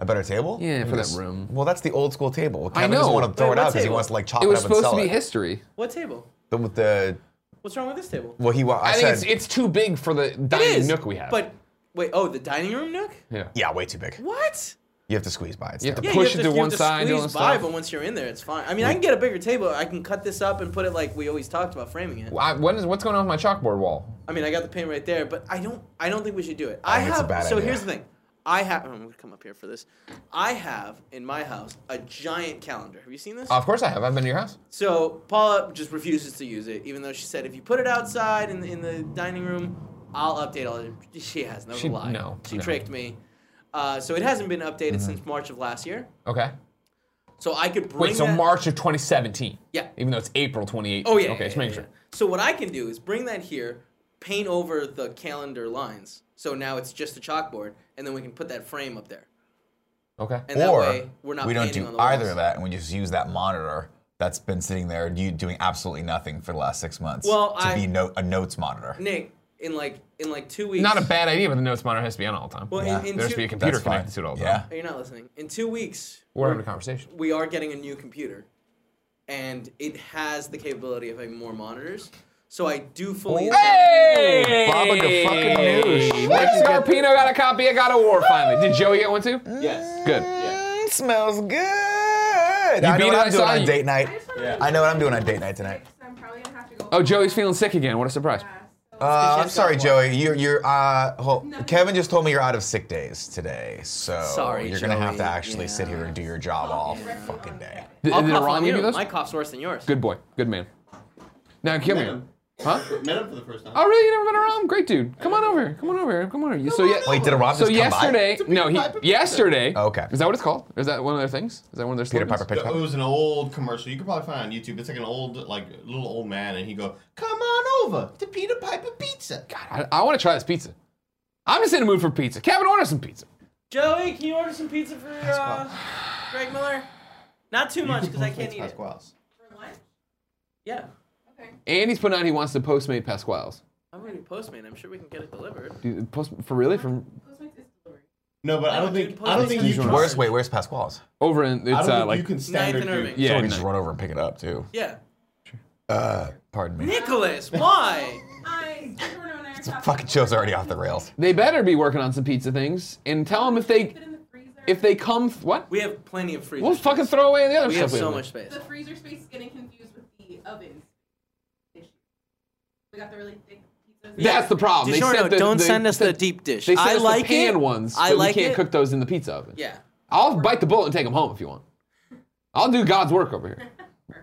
S1: A better table?
S2: Yeah, for that
S1: Yes.
S2: room.
S1: Well, that's the old school table. Kevin
S2: know.
S1: doesn't want to throw
S3: Wait,
S1: it out
S3: what
S1: because he
S3: table?
S1: wants to like chop
S2: It
S1: it,
S2: was
S1: up and
S2: supposed
S1: sell
S2: to be
S1: it.
S2: history.
S3: what table?
S1: The, with the
S3: What's wrong with this table?
S1: well, he wa- I,
S2: I, think
S1: said,
S2: it's it's too big for the dining nook we have.
S3: But wait, oh, the dining room nook?
S2: yeah.
S1: yeah, way too big.
S3: What?
S1: You have to squeeze by. It's
S2: You have to
S1: terrible.
S3: Yeah,
S2: Push
S3: you
S2: it
S3: have
S2: to
S3: you
S2: one
S3: have
S2: side, do all
S3: squeeze
S2: that
S3: by,
S2: stuff.
S3: but once you're in there, it's fine. I mean, I can get a bigger table. I can cut this up and put it like we always talked about framing it.
S2: I, what is, what's going on with my chalkboard wall?
S3: I mean, I got the paint right there, but I don't. I don't think we should do
S2: Oh,
S3: it. I,
S1: think
S3: have.
S1: it's a bad
S3: so
S1: idea.
S3: here's the thing. I have. I'm gonna come up here for this. I have in my house a giant calendar. Have you seen this?
S2: Of course I have. I've been to your house.
S3: So Paula just refuses to use it, even though she said if you put it outside in the, in the dining room, I'll update all. the-" She has no
S2: She-
S3: lie.
S2: no,
S3: she
S2: no. Mm-hmm.
S3: tricked me. Uh, so it hasn't been updated since March of last year.
S2: Okay.
S3: So I could bring.
S2: Wait, so
S3: that-
S2: March of 2017.
S3: Yeah.
S2: Even though it's April 2018.
S3: Oh yeah.
S2: Okay,
S3: yeah,
S2: just making
S3: yeah,
S2: sure.
S3: yeah. So what I can do is bring that here, paint over the calendar lines. So now it's just a chalkboard, and then we can put that frame up there.
S2: Okay.
S3: And that
S1: or
S3: way we're not
S1: we don't
S3: painting
S1: do
S3: on the
S1: either
S3: walls.
S1: of that, and we just use that monitor that's been sitting there you doing absolutely nothing for the last six months
S3: Well,
S1: to
S3: I-
S1: be no, a notes monitor.
S3: Nick, in like in like two weeks.
S2: Not a bad idea, but the notes monitor has to be on all the time.
S3: Well,
S1: Yeah.
S3: in, in
S2: there has
S3: two,
S2: to be a computer
S1: That's fine.
S2: connected to it all the
S1: Yeah.
S2: time.
S3: Oh, You're not listening. In two weeks,
S2: We're having a conversation.
S3: we are getting a new computer, and it has the capability of having more monitors. So I do fully.
S2: Hey!
S1: Baba ga fucking noosh.
S2: Nick Scarpino got a copy. I got a war finally. Did Joey get one too?
S3: Yes.
S2: Good.
S1: Mm, smells good. I
S2: beat
S1: know
S2: it,
S1: what
S2: I
S1: I'm
S2: saw
S1: doing on
S2: you.
S1: date night.
S4: Yeah.
S1: I know what I'm doing on date night tonight.
S4: I'm probably gonna have to go.
S2: Oh, Joey's feeling sick again. What a surprise.
S1: Uh, I'm
S3: She's got
S1: sorry,
S3: one.
S1: Joey. You're you're uh. Hold, Kevin just told me you're out of sick days today, so
S3: Sorry,
S1: you're gonna have to
S3: Joey.
S1: actually sit
S3: Yeah.
S1: here and do your job all fucking day.
S2: Did,
S3: I'll
S2: did
S3: cough
S2: Aram
S3: on
S2: give
S3: you.
S2: you those?
S3: My cough's worse than yours.
S2: Good boy. Good man. Now come here.
S6: him.
S2: Huh?
S6: Met him for the first time.
S2: Oh, really? You never met Aram? Great dude. Come on over. here. Come on over. here. Come on over. here. So yeah.
S1: Wait, did a Rob
S2: So
S1: just come
S2: yesterday,
S6: a
S2: no,
S6: Peter
S2: he
S6: Piper pizza.
S2: yesterday.
S1: Oh, okay.
S2: Is that what it's called? Is that one of their things? Is that one of their
S1: by? Peter
S2: slogans?
S1: Piper
S6: It
S1: Pitchcock.
S6: was an old commercial. You could probably find it on YouTube. It's like an old, like little old man, and he go, "Come on over to Peter Piper Pizza."
S2: God, I, I want to try this pizza. I'm just in the mood for pizza. Kevin, order some pizza.
S3: Joey, can you order some pizza for uh, Greg Miller? Not too much because I can't eat it.
S4: For lunch?
S3: Yeah,
S4: Okay.
S2: And he's putting out he wants the Postmate Pasquales.
S3: I'm gonna be postman. I'm sure we can get it delivered.
S2: Do you- Post, for really? From
S4: Postmates is delivery.
S6: No, but I
S3: No,
S6: don't
S3: dude,
S6: think I don't think
S3: please.
S6: you can.
S1: Where's wait? Where's Pasquale's?
S2: over in
S6: I
S2: it's
S6: don't
S2: uh,
S6: think
S2: like
S6: you can
S3: Nathan
S6: standard.
S3: Irving.
S2: yeah.
S1: So we can
S2: no.
S1: just run over and pick it up too.
S3: Yeah.
S1: Uh, pardon me.
S3: Nicholas, why?
S4: I. Bruno and I are talking.
S1: Fucking show's already off the rails.
S2: They better be working on some pizza things and tell them if they
S4: Put it in the freezer.
S2: if they come th- what?
S3: We have plenty of free.
S2: We'll fucking throw away the other
S3: We
S2: stuff.
S3: have so
S2: have.
S3: much space.
S4: The freezer space is getting confused with the oven issue. We got the really thick pizzas.
S2: That's the problem. They
S3: DiGiorno,
S2: sent the-
S3: don't
S2: they
S3: send us the
S2: sent-
S3: deep dish.
S2: They sent
S3: I
S2: us
S3: like
S2: the pan
S3: it.
S2: ones.
S3: I
S2: but
S3: like
S2: we can't
S3: it.
S2: cook those in the pizza oven.
S3: Yeah.
S2: I'll bite the bullet and take them home if you want. I'll do God's work over here.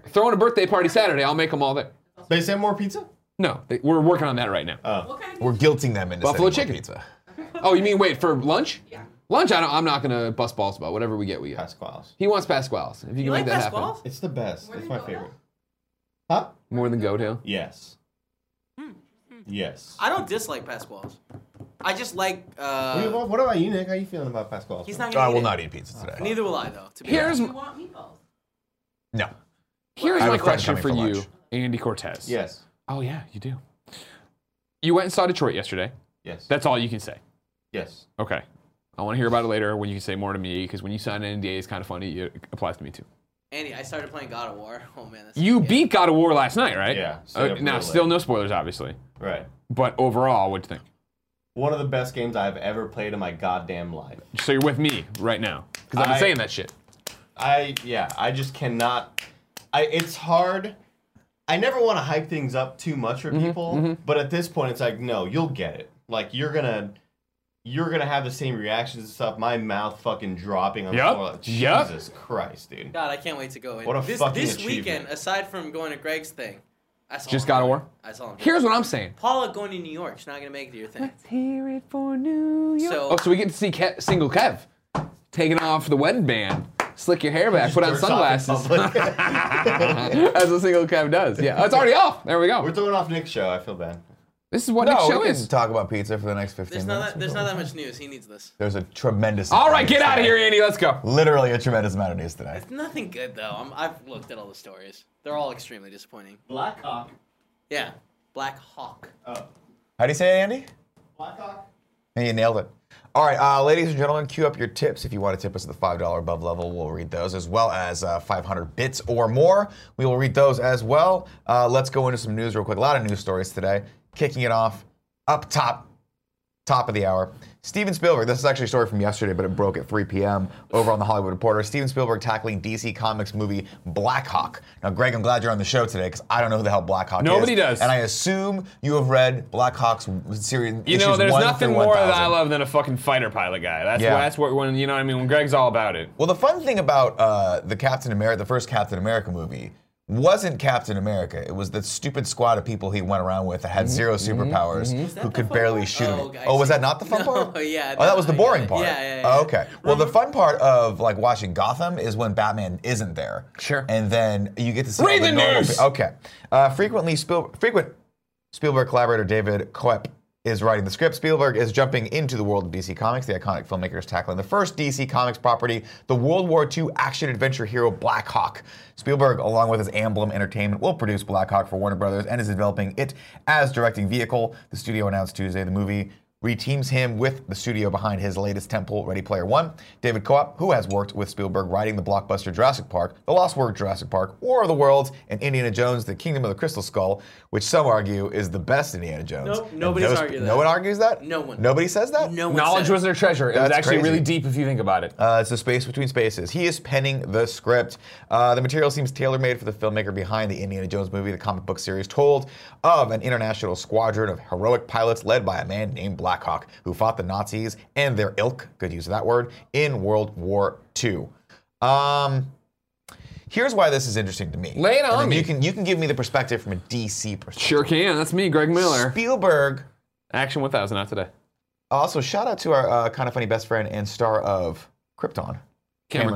S2: Throwing a birthday party Saturday, I'll make them all there.
S6: They send more pizza.
S2: No, they, we're working on that right now.
S4: What kind of
S1: We're guilting them into
S2: Buffalo
S1: sending more
S2: chicken.
S1: pizza.
S2: oh, you mean wait for lunch?
S4: Yeah.
S2: Lunch, I don't, I'm not gonna bust balls about. Whatever we get, we get.
S6: Uh, Pasquale's.
S2: He wants Pasquale's. If you, can
S3: You like
S2: make that happen.
S3: Pasquale's?
S6: It's the best.
S4: Where
S6: it's
S4: did
S6: my
S4: it go
S6: favorite.
S4: now?
S6: Huh?
S2: More than goat hill.
S6: Yes. Yes.
S3: I don't dislike Pasquale's. I just like.
S6: What
S3: Uh,
S6: about- what about you, Nick? How you feeling about Pasquale's?
S3: he's not gonna.
S1: I
S3: eat
S1: will
S3: it.
S1: Uh, not eat pizza today.
S3: Neither will I though. To be
S2: Here's
S4: You want meatballs?
S1: No.
S2: here's
S1: I have
S2: my
S1: a friend
S2: question
S1: coming
S2: for
S1: for
S2: you,
S1: lunch.
S2: Andy Cortez.
S6: Yes.
S2: Oh yeah, you do. You went and saw Detroit yesterday.
S6: Yes.
S2: That's all you can say.
S6: yes.
S2: Okay. I want to hear about it later when you can say more to me because when you sign an NDA, it's kind of funny. It applies to me too.
S3: Andy, I started playing God of War. Oh man. This
S2: You beat God of War last night, right?
S6: Yeah,
S2: Uh,
S6: straight up
S2: now,
S6: real
S2: still
S6: late.
S2: no spoilers, obviously.
S6: Right.
S2: But overall, what'd you think?
S6: One of the best games I've ever played in my goddamn life.
S2: So you're with me right now because I've been
S6: I-
S2: saying that shit.
S6: I yeah, I just cannot I it's hard. I never want to hype things up too much
S2: Mm-hmm,
S6: for people, but at this point, it's like, no, you'll get it. Like you're gonna, you're gonna have the same reactions and stuff. My mouth fucking dropping on
S2: Yep.
S6: the floor. Like,
S2: Yep.
S6: Jesus Christ, dude.
S3: God, I can't wait to go. in.
S6: What a
S3: this
S6: fucking
S3: this
S6: achievement.
S3: weekend, aside from going to Greg's thing, I saw
S2: Just
S3: him
S2: God of
S3: do it.
S2: War?
S3: I saw him. do
S2: Here's
S3: it.
S2: what I'm saying.
S3: Paula going to New York. She's not gonna make it to your thing.
S2: hear it for New
S3: York. So-
S2: oh, so we get to see Ke- single Kev taking off the wedding band, slick your hair back, put on
S6: Jerks off in
S2: sunglasses,
S6: public.
S2: as a single Kev does. Yeah, oh, it's already off. There we
S6: We're
S2: go.
S6: throwing off Nick's show. I feel bad.
S2: This is what
S1: No,
S2: Nick's
S1: we
S2: show
S1: can
S2: is.
S1: talk about pizza for the next 15
S3: There's not
S1: minutes.
S3: that, there's not that much news. He needs this.
S1: There's a tremendous.
S2: All
S1: amount
S2: right,
S1: of
S2: get
S1: news
S2: out of
S1: today.
S2: here, Andy. Let's go.
S1: Literally a tremendous amount of news today.
S3: Nothing good though. I'm, I've looked at all the stories. They're all extremely disappointing.
S6: Blackhawk.
S3: Yeah, Black Hawk.
S6: Oh,
S1: How do you say it, Andy?
S6: Blackhawk.
S1: Hey, you nailed it. All right, uh, ladies and gentlemen, queue up your tips. If you want to tip us at the $5 above level, we'll read those as well as uh, 500 bits or more. We will read those as well. Uh, let's go into some news real quick. A lot of news stories today. Kicking it off up top, top of the hour. Steven Spielberg, this is actually a story from yesterday, but it broke at 3 p.m. over on The Hollywood Reporter. Steven Spielberg tackling DC Comics movie Black Hawk. Now, Greg, I'm glad you're on the show today because I don't know who the hell Black Hawk
S2: Nobody
S1: is.
S2: does.
S1: And I assume you have read Black Hawk's series.
S2: You know, there's nothing more that I love than a fucking fighter pilot guy. That's
S1: Yeah.
S2: why, that's what when you know what I mean when Greg's all about it.
S1: Well, the fun thing about uh, the Captain America, the first Captain America movie, wasn't Captain America. It was the stupid squad of people he went around with that had zero superpowers who could barely shoot him.
S3: Oh, I
S1: oh, was
S3: see.
S1: that not the fun
S3: No,
S1: part?
S3: yeah,
S1: Oh, that was the
S3: no, I got
S1: boring
S3: it.
S1: part.
S3: Yeah, yeah, yeah.
S1: Oh, okay. Well, the fun part of like watching Gotham is when Batman isn't there.
S2: Sure.
S1: And then you get to see all
S2: Read the
S1: normal
S2: news!
S1: pe- okay. Uh, frequently, Spiel- frequent Spielberg collaborator David Koepp is writing the script. Spielberg is jumping into the world of DC Comics. The iconic filmmaker is tackling the first DC Comics property, the World War II action adventure hero Black Hawk. Spielberg, along with his Emblem Entertainment, will produce Black Hawk for Warner Brothers and is developing it as directing vehicle. The studio announced Tuesday the movie reteams him with the studio behind his latest temple, Ready Player One. David Koepp, who has worked with Spielberg writing the blockbuster Jurassic Park, The Lost World Jurassic Park, War of the Worlds, and Indiana Jones: The Kingdom of the Crystal Skull, which some argue is the best Indiana Jones.
S3: Nope,
S1: And
S3: nobody's
S1: those-
S3: arguing
S1: No
S3: that.
S1: one argues that.
S3: No one.
S1: Nobody says that.
S3: No one
S2: Knowledge
S3: said it.
S2: was their treasure. It was
S1: That's
S2: actually
S1: crazy.
S2: really deep if you think about it.
S1: Uh, it's the space between spaces. He is penning the script. Uh, the material seems tailor-made for the filmmaker behind the Indiana Jones movie. The comic book series told of an international squadron of heroic pilots led by a man named Black Hawk, who fought the Nazis and their ilk. Good use of that word in World War II. Um, here's why this is interesting to me.
S2: Lay it
S1: And
S2: on
S1: then
S2: me.
S1: You can you can give me the perspective from a DC perspective.
S2: Sure can. That's me, Greg Miller.
S1: Spielberg
S2: Action 1000, not today.
S1: also shout out to our uh, kind of funny best friend and star of Krypton.
S2: Cameron,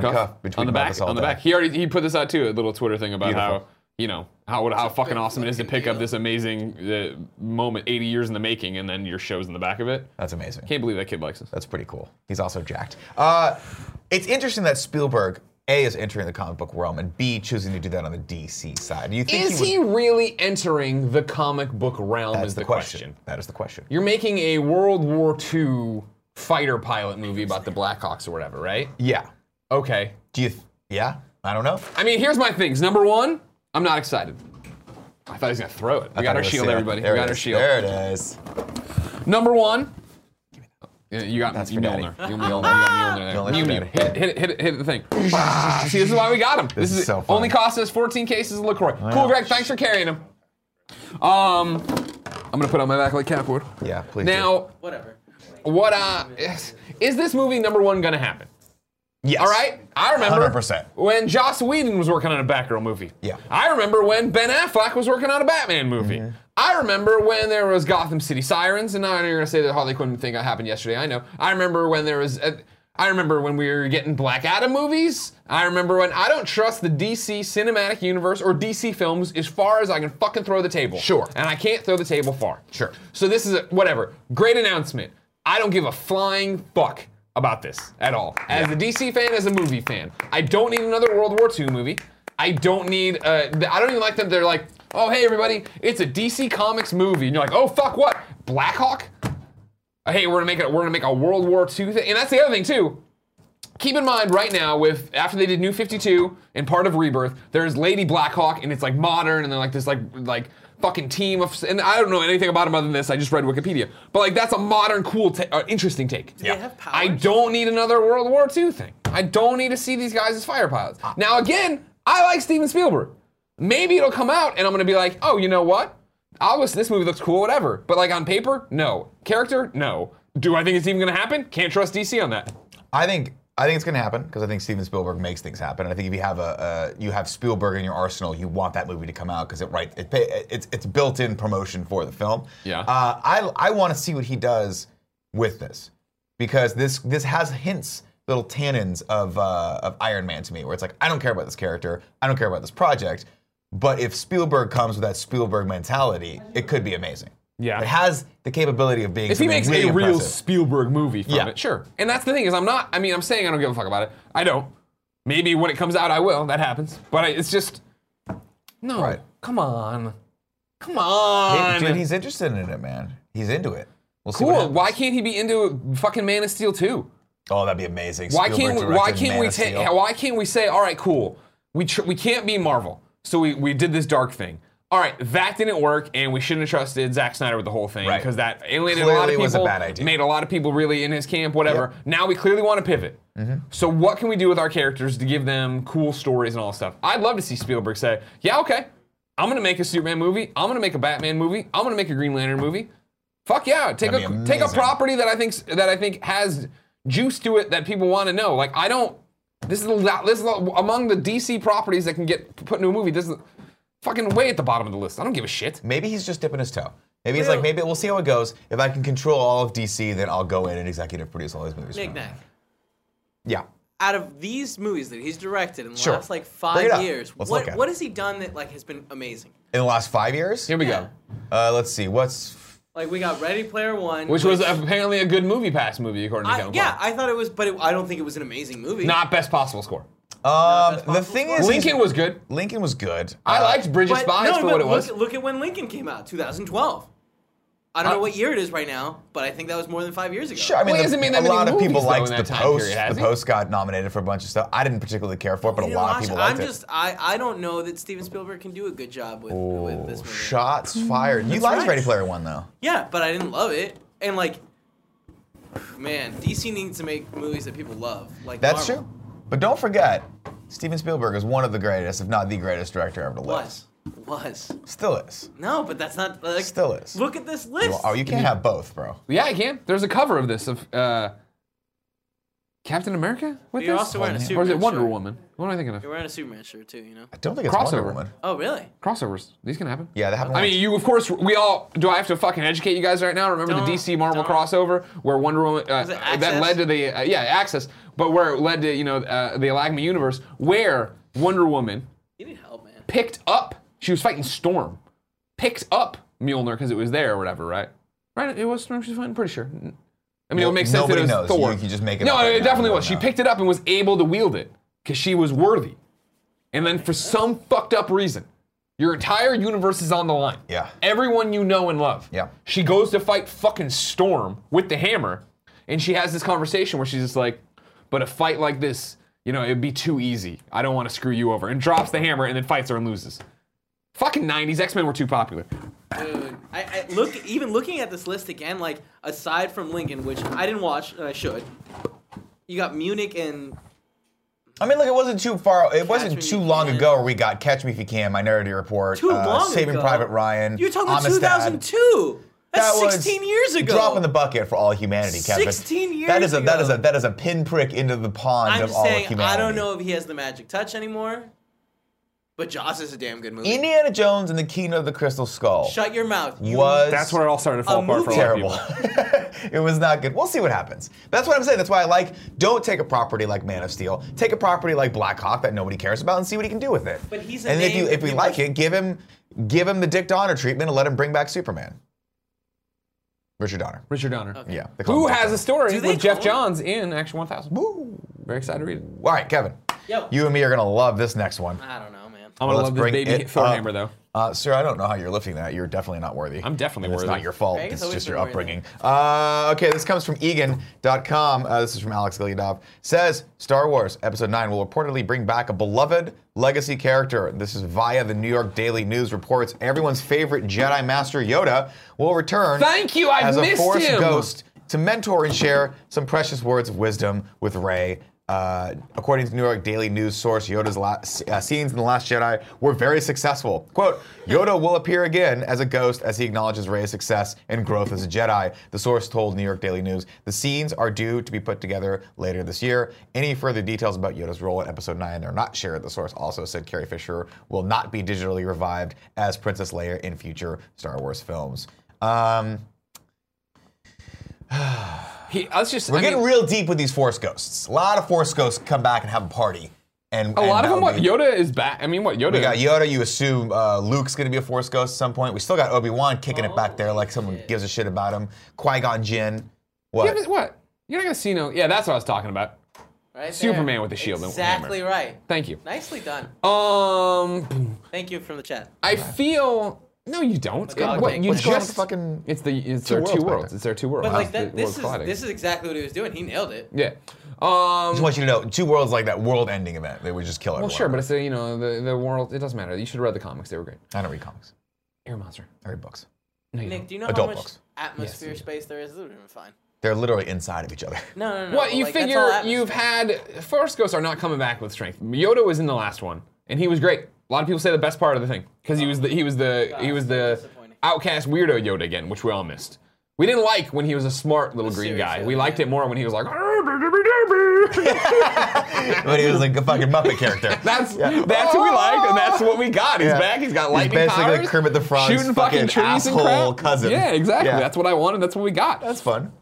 S1: Cameron
S2: Cuff,
S1: Cuff been
S2: on
S1: tweeting
S2: the
S1: about
S2: back.
S1: this all
S2: On the
S1: day.
S2: back. He already he put this out too. A little Twitter thing about
S1: Beautiful.
S2: how you know how how fucking
S3: big
S2: awesome it is to
S3: fucking
S2: pick up
S3: deal.
S2: this amazing uh, moment, 80 years in the making, and then your show's in the back of it.
S1: That's amazing.
S2: Can't believe that kid likes us.
S1: That's pretty cool. He's also jacked. Uh, it's interesting that Spielberg A is entering the comic book realm and B choosing to do that on the DC side. Do you think
S2: Is
S1: would-
S2: he really entering the comic book realm?
S1: That's
S2: is
S1: the, question. That is the question.
S2: You're making a World War II fighter pilot movie about the Blackhawks or whatever, right?
S1: yeah.
S2: Okay.
S1: Do you? Th- yeah. I don't know.
S2: I mean, here's my things. Number one, I'm not excited. I thought he was gonna throw it. We got our
S1: Let's
S2: shield,
S1: see.
S2: everybody.
S1: There
S2: we
S1: it
S2: got our
S1: is.
S2: shield.
S1: There it is.
S2: Number one. Yeah, You got
S1: That's
S2: you
S1: for
S2: Mjolnir.
S1: daddy.
S2: You Mjolnir. You got
S1: Mjolnir's
S2: Mjolnir.
S1: for
S2: Mew Mew.
S1: daddy.
S2: Hit, hit, it- hit, it- hit the thing. Ah, See, this is why we got him. This,
S1: is
S2: is,
S1: so fun. Oh,
S2: only cost us 14 cases of LaCroix.
S1: yeah.
S2: Cool, Greg. Thanks for carrying him. Um, I'm gonna put on my back like Cap would.
S1: Yeah. Please. do.
S2: Now,
S3: Whatever.
S2: what uh, is, is this movie number one gonna happen?
S1: Yes.
S2: All right, I remember
S1: 100%.
S2: when Joss Whedon was working on a Batgirl movie.
S1: Yeah.
S2: I remember when Ben Affleck was working on a Batman movie. I remember when there was Gotham City Sirens, and now you're gonna say that Harley Quinn thing happened yesterday. I know. I remember when there was. uh, I remember when we were getting Black Adam movies. I remember when I don't trust the DC cinematic universe or DC films as far as I can fucking throw the table.
S1: Sure.
S2: And I can't throw the table far.
S1: Sure.
S2: So this is a, whatever. Great announcement. I don't give a flying fuck about this at all. As a DC fan, as a movie fan, I don't need another World War II movie. I don't need. Uh, th- I don't even like them. They're like, oh hey everybody, it's a DC Comics movie, and you're like, oh fuck what? Black Hawk? Uh, Hey, we're gonna make it. We're gonna make a World War II thing, and that's the other thing too. Keep in mind, right now, with after they did New Fifty Two and part of Rebirth, there's Lady Blackhawk, and it's like modern, and they're like this like like fucking team of, and I don't know anything about them other than this. I just read Wikipedia, but like that's a modern, cool, ta- uh, interesting take.
S3: they Yeah. have powers?
S2: I don't need another
S3: Ah.
S2: World War II thing. I don't need to see these guys as fire pilots. Now again, I like Steven Spielberg. Maybe it'll come out and I'm gonna be like, oh, you know what? I was this movie looks cool, whatever. But like on paper, no. Character, no. Do I think it's even gonna happen? Can't trust DC on that.
S1: I think I think it's going to happen because I think Steven Spielberg makes things happen. And I think if you have a, a you have Spielberg in your arsenal, you want that movie to come out because it right it pay, it's it's built-in promotion for the film.
S2: Yeah.
S1: Uh, I I want to see what he does with this because this this has hints. Little tannins of uh, of Iron Man to me, where it's like I don't care about this character, I don't care about this project, but if Spielberg comes with that Spielberg mentality, it could be amazing.
S2: Yeah.
S1: it has the capability of being.
S2: If he
S1: something
S2: makes
S1: really
S2: a real
S1: impressive.
S2: Spielberg movie from
S1: Yeah.
S2: it, sure. And that's the thing is, I'm not. I mean, I'm saying I don't give a fuck about it. I don't. Maybe when it comes out, I will. That happens. But I, it's just no.
S1: Right.
S2: Come on, come
S1: Hey,
S2: on.
S1: dude, he's interested in it, man. He's into it. We'll see what
S2: cool.
S1: happens.
S2: Why can't he be into fucking Man of Steel too?
S1: Oh, that'd be amazing.
S2: Why
S1: Spielberg
S2: can't we?
S1: directed
S2: Why can't
S1: Man
S2: we
S1: of
S2: take?
S1: Steel.
S2: Why can't we say, all right, cool. We tr- we can't be Marvel, so we we did this dark thing. All right, that didn't work, and we shouldn't have trusted Zack Snyder with the whole thing
S1: Right.
S2: because that alienated a lot of
S1: Clearly
S2: people.
S1: was a bad idea.
S2: Made a lot of people really in his camp, whatever. Now we clearly want to pivot.
S1: Mm-hmm.
S2: So what can we do with our characters to give them cool stories and all that stuff? I'd love to see Spielberg say, yeah, okay, I'm gonna make a Superman movie. I'm gonna make a Batman movie. I'm gonna make a Green Lantern movie. Fuck yeah, take
S1: That'd
S2: a
S1: be
S2: take a
S1: amazing.
S2: property that I think that I think has juice to it that people want to know. Like I don't. This is the la- this is the- among the DC properties that can get put into a movie. This is fucking way at the bottom of the list. I don't give a shit.
S1: Maybe he's just dipping his toe. Maybe he's like, maybe we'll see how it goes. If I can control all of DC, then I'll go in and executive produce all these movies. for me.
S3: Nick Nack.
S1: Yeah.
S3: Out of these movies that he's directed in the
S1: Sure.
S3: last like
S1: Bring it up.
S3: five years,
S1: Let's look
S3: what
S1: at it.
S3: what has he done that like has been amazing?
S1: In the last five years,
S2: Here we go.
S1: uh, let's see. What's
S3: Like we got Ready Player One,
S2: Which was apparently a good movie pass movie according to
S3: I,
S2: Kevin.
S3: yeah,
S2: Klein.
S3: I thought it was, but it, I don't think it was an amazing movie.
S2: not best possible score.
S1: um,
S3: that's
S1: the thing is?
S3: possible.
S2: Lincoln
S1: he's-
S2: was good.
S1: Lincoln was good.
S2: I
S1: Uh,
S2: liked Bridge of
S3: but,
S2: Spies
S3: no,
S2: for
S3: but
S2: what it
S3: look,
S2: was.
S3: Look at when Lincoln came out, 2012. I don't
S2: Uh,
S3: know what year it is right now, but I think that was more than five years ago.
S1: Sure, I mean,
S2: Well, he
S1: the-
S2: hasn't made
S1: a
S2: that many
S1: lot of people
S2: movies, though,
S1: liked
S2: in
S1: the
S2: that time
S1: post.
S2: period, has
S1: the
S2: he?
S1: post got nominated for a bunch of stuff. I didn't particularly care for it, but a
S3: You
S1: lot
S3: watch-
S1: of people
S3: I'm
S1: liked it.
S3: just, I, I don't know that Steven Spielberg can do a good job with, with this movie.
S1: Shots fired. You liked
S3: right.
S1: Ready Player One though.
S3: Yeah, but I didn't love it, and like, man, DC needs to make movies that people love. Like
S1: That's
S3: Marvel
S1: true. But don't forget, Steven Spielberg is one of the greatest, if not the greatest director ever to live.
S3: Was was
S1: Still is.
S3: no, but that's not like.
S1: Still is.
S3: Look at this list.
S1: Oh, you can't have both, bro.
S2: Yeah, I can. There's a cover of this of uh, Captain America with
S3: You're
S2: this?
S3: also wearing
S2: or
S3: a
S2: is
S3: Superman
S2: it Wonder
S3: shirt.
S2: Woman? What am I thinking of?
S3: You're wearing a Superman shirt too, you know.
S1: I don't think it's Wonder
S2: Crossover.
S1: Woman.
S3: Oh really?
S2: Crossovers. These can happen.
S1: Yeah, that happened
S2: I
S1: once.
S2: mean, you of course. We all. Do I have to fucking educate you guys right now? Remember
S3: Don't-
S2: the DC Marvel
S3: don't.
S2: crossover where Wonder Woman uh,
S3: Was it
S2: that
S3: Access?
S2: led to the uh, yeah access, but where it led to you know uh, the Alagma universe where Wonder Woman
S3: You need help, man.
S2: picked up. She was fighting Storm, picked up Mjolnir because it was there or whatever, right? Right? It was Storm. She's fighting. Pretty sure. I mean, it
S1: Well,
S2: would make sense that
S1: nobody
S2: it was
S1: knows.
S2: Thor.
S1: You can just make it
S2: no,
S1: up right
S2: it
S1: now.
S2: definitely
S1: We
S2: was.
S1: don't
S2: She
S1: know.
S2: picked it up and was able to wield it because she was worthy. And then for some fucked up reason, your entire universe is on the line.
S1: Yeah.
S2: Everyone you know and love.
S1: Yeah.
S2: She goes to fight fucking Storm with the hammer, and she has this conversation where she's just like, "But a fight like this, you know, it'd be too easy. I don't want to screw you over." And drops the hammer, and then fights her and loses. Fucking '90s X Men were too popular.
S3: Dude, I, I look even looking at this list again. Like aside from Lincoln, which I didn't watch and I should. You got Munich and
S1: I mean, look, it wasn't too far. It
S3: Me
S1: wasn't
S3: If
S1: too
S3: You
S1: long
S3: Can.
S1: ago where we got Catch Me If You Can, Minority Report,
S3: too
S1: uh,
S3: long
S1: Saving
S3: ago.
S1: Private Ryan.
S3: You're talking
S1: Amistad.
S3: 2002. That's
S1: That was
S3: 16 years ago.
S1: Drop in the bucket for all humanity, Kevin.
S3: 16 years
S1: That is a that is a
S3: ago.
S1: that is a pinprick into the pond
S3: I'm
S1: of
S3: just
S1: all
S3: saying,
S1: of humanity.
S3: I don't know if he has the magic touch anymore. But Jaws is a damn good movie.
S1: Indiana Jones and the Kingdom of the Crystal Skull
S3: Shut your mouth. you-
S1: was
S2: That's where it all started to fall
S3: A
S2: apart for a
S3: movie.
S2: lot of
S1: terrible.
S2: people.
S1: it was not good. We'll see what happens. That's what I'm saying. That's why I like don't take a property like Man of Steel. Take a property like Black Hawk that nobody cares about and see what he can do with it.
S3: But he's a
S1: and if
S3: name
S1: you if we
S3: that
S1: like
S3: people-
S1: it, give him give him the Dick Donner treatment and let him bring back Superman. Richard Donner.
S2: Richard Donner.
S1: Yeah. they call
S2: Who
S1: him Dick
S2: has a story
S3: Do they
S2: with Jeff
S3: call
S2: Johns in Action 1000?
S1: Donner. Woo.
S2: Very excited to read it.
S1: All right, Kevin.
S3: Yo.
S1: You and me are gonna love this next one.
S3: I don't know, man.
S2: I'm gonna
S1: Let's
S2: love this
S1: bring
S2: baby
S1: it
S2: Thor
S1: up.
S2: hammer though.
S1: Uh, sir, I don't know how you're lifting that. You're definitely not worthy.
S2: I'm definitely
S1: And It's
S2: worthy.
S1: not your fault.
S3: Craig, it's
S1: It's
S3: always
S1: just
S3: been
S1: your
S3: worthy.
S1: upbringing. Uh, okay, this comes from Egan.com. Uh, this is from Alex Gilliadov. Says Star Wars Episode 9 will reportedly bring back a beloved legacy character. This is via the New York Daily News reports. Everyone's favorite Jedi Master Yoda will return.
S2: Thank you, I've
S1: as
S2: missed
S1: a Force
S2: him.
S1: ghost to mentor and share some precious words of wisdom with Ray Uh, according to New York Daily News source, Yoda's la- uh, scenes in The Last Jedi were very successful. Quote, Yoda will appear again as a ghost as he acknowledges Rey's success and growth as a Jedi, the source told New York Daily News. The scenes are due to be put together later this year. Any further details about Yoda's role in Episode 9 are not shared, the source also said Carrie Fisher will not be digitally revived as Princess Leia in future Star Wars films. Um,
S2: He, let's just.
S1: We're
S2: I
S1: getting
S2: mean,
S1: real deep with these Force ghosts. A lot of Force ghosts come back and have a party. And
S2: a lot of them. What
S1: Yoda.
S2: Yoda is back. I mean, what Yoda?
S1: We got Yoda. You assume uh, Luke's gonna be a Force ghost at some point. We still got Obi Wan kicking it back there,
S2: Oh,
S1: like someone gives a shit about him. Qui Gon Jinn.
S2: Yeah,
S1: What?
S2: but what? You're not gonna see no. Yeah, that's what I was talking about.
S3: Right
S2: Superman
S3: there.
S2: with the shield and
S3: Exactly right.
S2: Thank you.
S3: Nicely done.
S2: Um,
S3: Thank you from the chat.
S2: I feel. No, you don't. It-
S3: God,
S2: what,
S3: thank
S2: you
S3: you.
S2: just
S1: fucking-
S2: It's the it's
S1: Two
S2: their
S1: worlds
S2: two
S1: back
S2: worlds.
S1: then.
S2: It's their two worlds.
S3: But like
S2: The
S3: that, this
S2: worlds
S3: is
S2: colliding.
S3: this is exactly what he was doing. He nailed it.
S2: yeah.
S1: I
S2: Um.
S1: just want you to know, two worlds like that world-ending event. They would just kill everyone.
S2: Well, sure, but it's a, you know the the world. It doesn't matter. You should have read the comics. They were great.
S1: I don't read comics.
S2: Air monster.
S1: I read books.
S2: No, you
S3: Nick,
S2: don't.
S3: do you know
S1: Adult
S3: how much
S1: books.
S3: atmosphere
S2: Yes, yeah.
S3: space there is? This would have been fine.
S1: They're literally inside of each other.
S3: No, no, no.
S2: What
S3: but,
S2: you
S3: like, that's all
S2: figure?
S3: atmosphere.
S2: You've had Force Ghosts are not coming back with strength. Yoda was in the last one, and he was great. A lot of people say the best part of the thing because he was the he was the he was the
S3: disappointing.
S2: outcast weirdo Yoda again, which we all missed. We didn't like when he was a smart little green
S3: serious
S2: guy.
S3: Yoda,
S2: We liked
S3: yeah.
S2: it more when he was like. "Ah,
S1: but he was like a fucking Muppet character.
S2: That's that's what we liked, and that's what we got. He's
S1: Yeah.
S2: back. He's got
S1: He's
S2: lightning
S1: basically
S2: powers,
S1: Kermit the Frog's
S2: shooting
S1: fucking
S2: fucking trees and
S1: asshole
S2: crap.
S1: cousin.
S2: Yeah, exactly.
S1: Yeah.
S2: That's what I wanted. That's what we got.
S1: That's fun.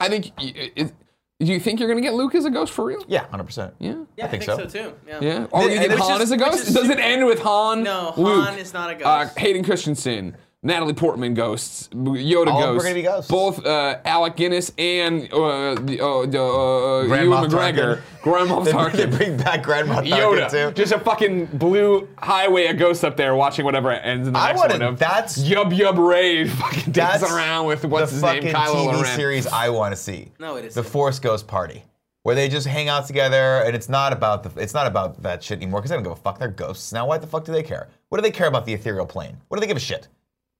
S2: I think. y- Is, do you think you're gonna get Luke as a ghost for real?
S1: Yeah, hundred percent.
S2: Yeah.
S3: Yeah, I think, so. too. Yeah.
S2: Yeah. Or
S1: Th-
S2: you
S1: and
S2: get
S1: which
S2: Han
S1: is-
S2: as a
S1: which
S2: ghost?
S1: is
S2: Does it end with Han?
S3: No, Han
S2: Luke,
S3: is not a ghost.
S2: Uh, Hayden Christensen, Natalie Portman ghosts, Yoda
S1: All of them are
S2: ghosts.
S1: gonna be ghosts.
S2: Both uh, Alec Guinness and uh, the, uh, the, uh,
S1: Grand
S2: Ewan
S1: Moff
S2: McGregor,
S1: Tarkin.
S2: Grand Moff
S1: They, they
S2: Tarkin.
S1: bring back Grandma Tarkin
S2: Yoda,
S1: too.
S2: just a fucking blue highway of ghosts up there watching whatever ends in the
S1: I
S2: next
S1: wanna-
S2: one of
S1: that's-
S2: Yub Yub Ray fucking
S1: That's
S2: dancing around with what's
S1: the
S2: his name
S1: fucking
S2: Kylo
S1: TV
S2: Ren.
S1: series I want to see.
S3: No, it
S1: The
S3: isn't.
S1: Force Ghost Party, where they just hang out together, and it's not about the it's not about that shit anymore because they don't give a fuck. They're ghosts now. Why the fuck do they care? What do they care about the ethereal plane? What do they give a shit?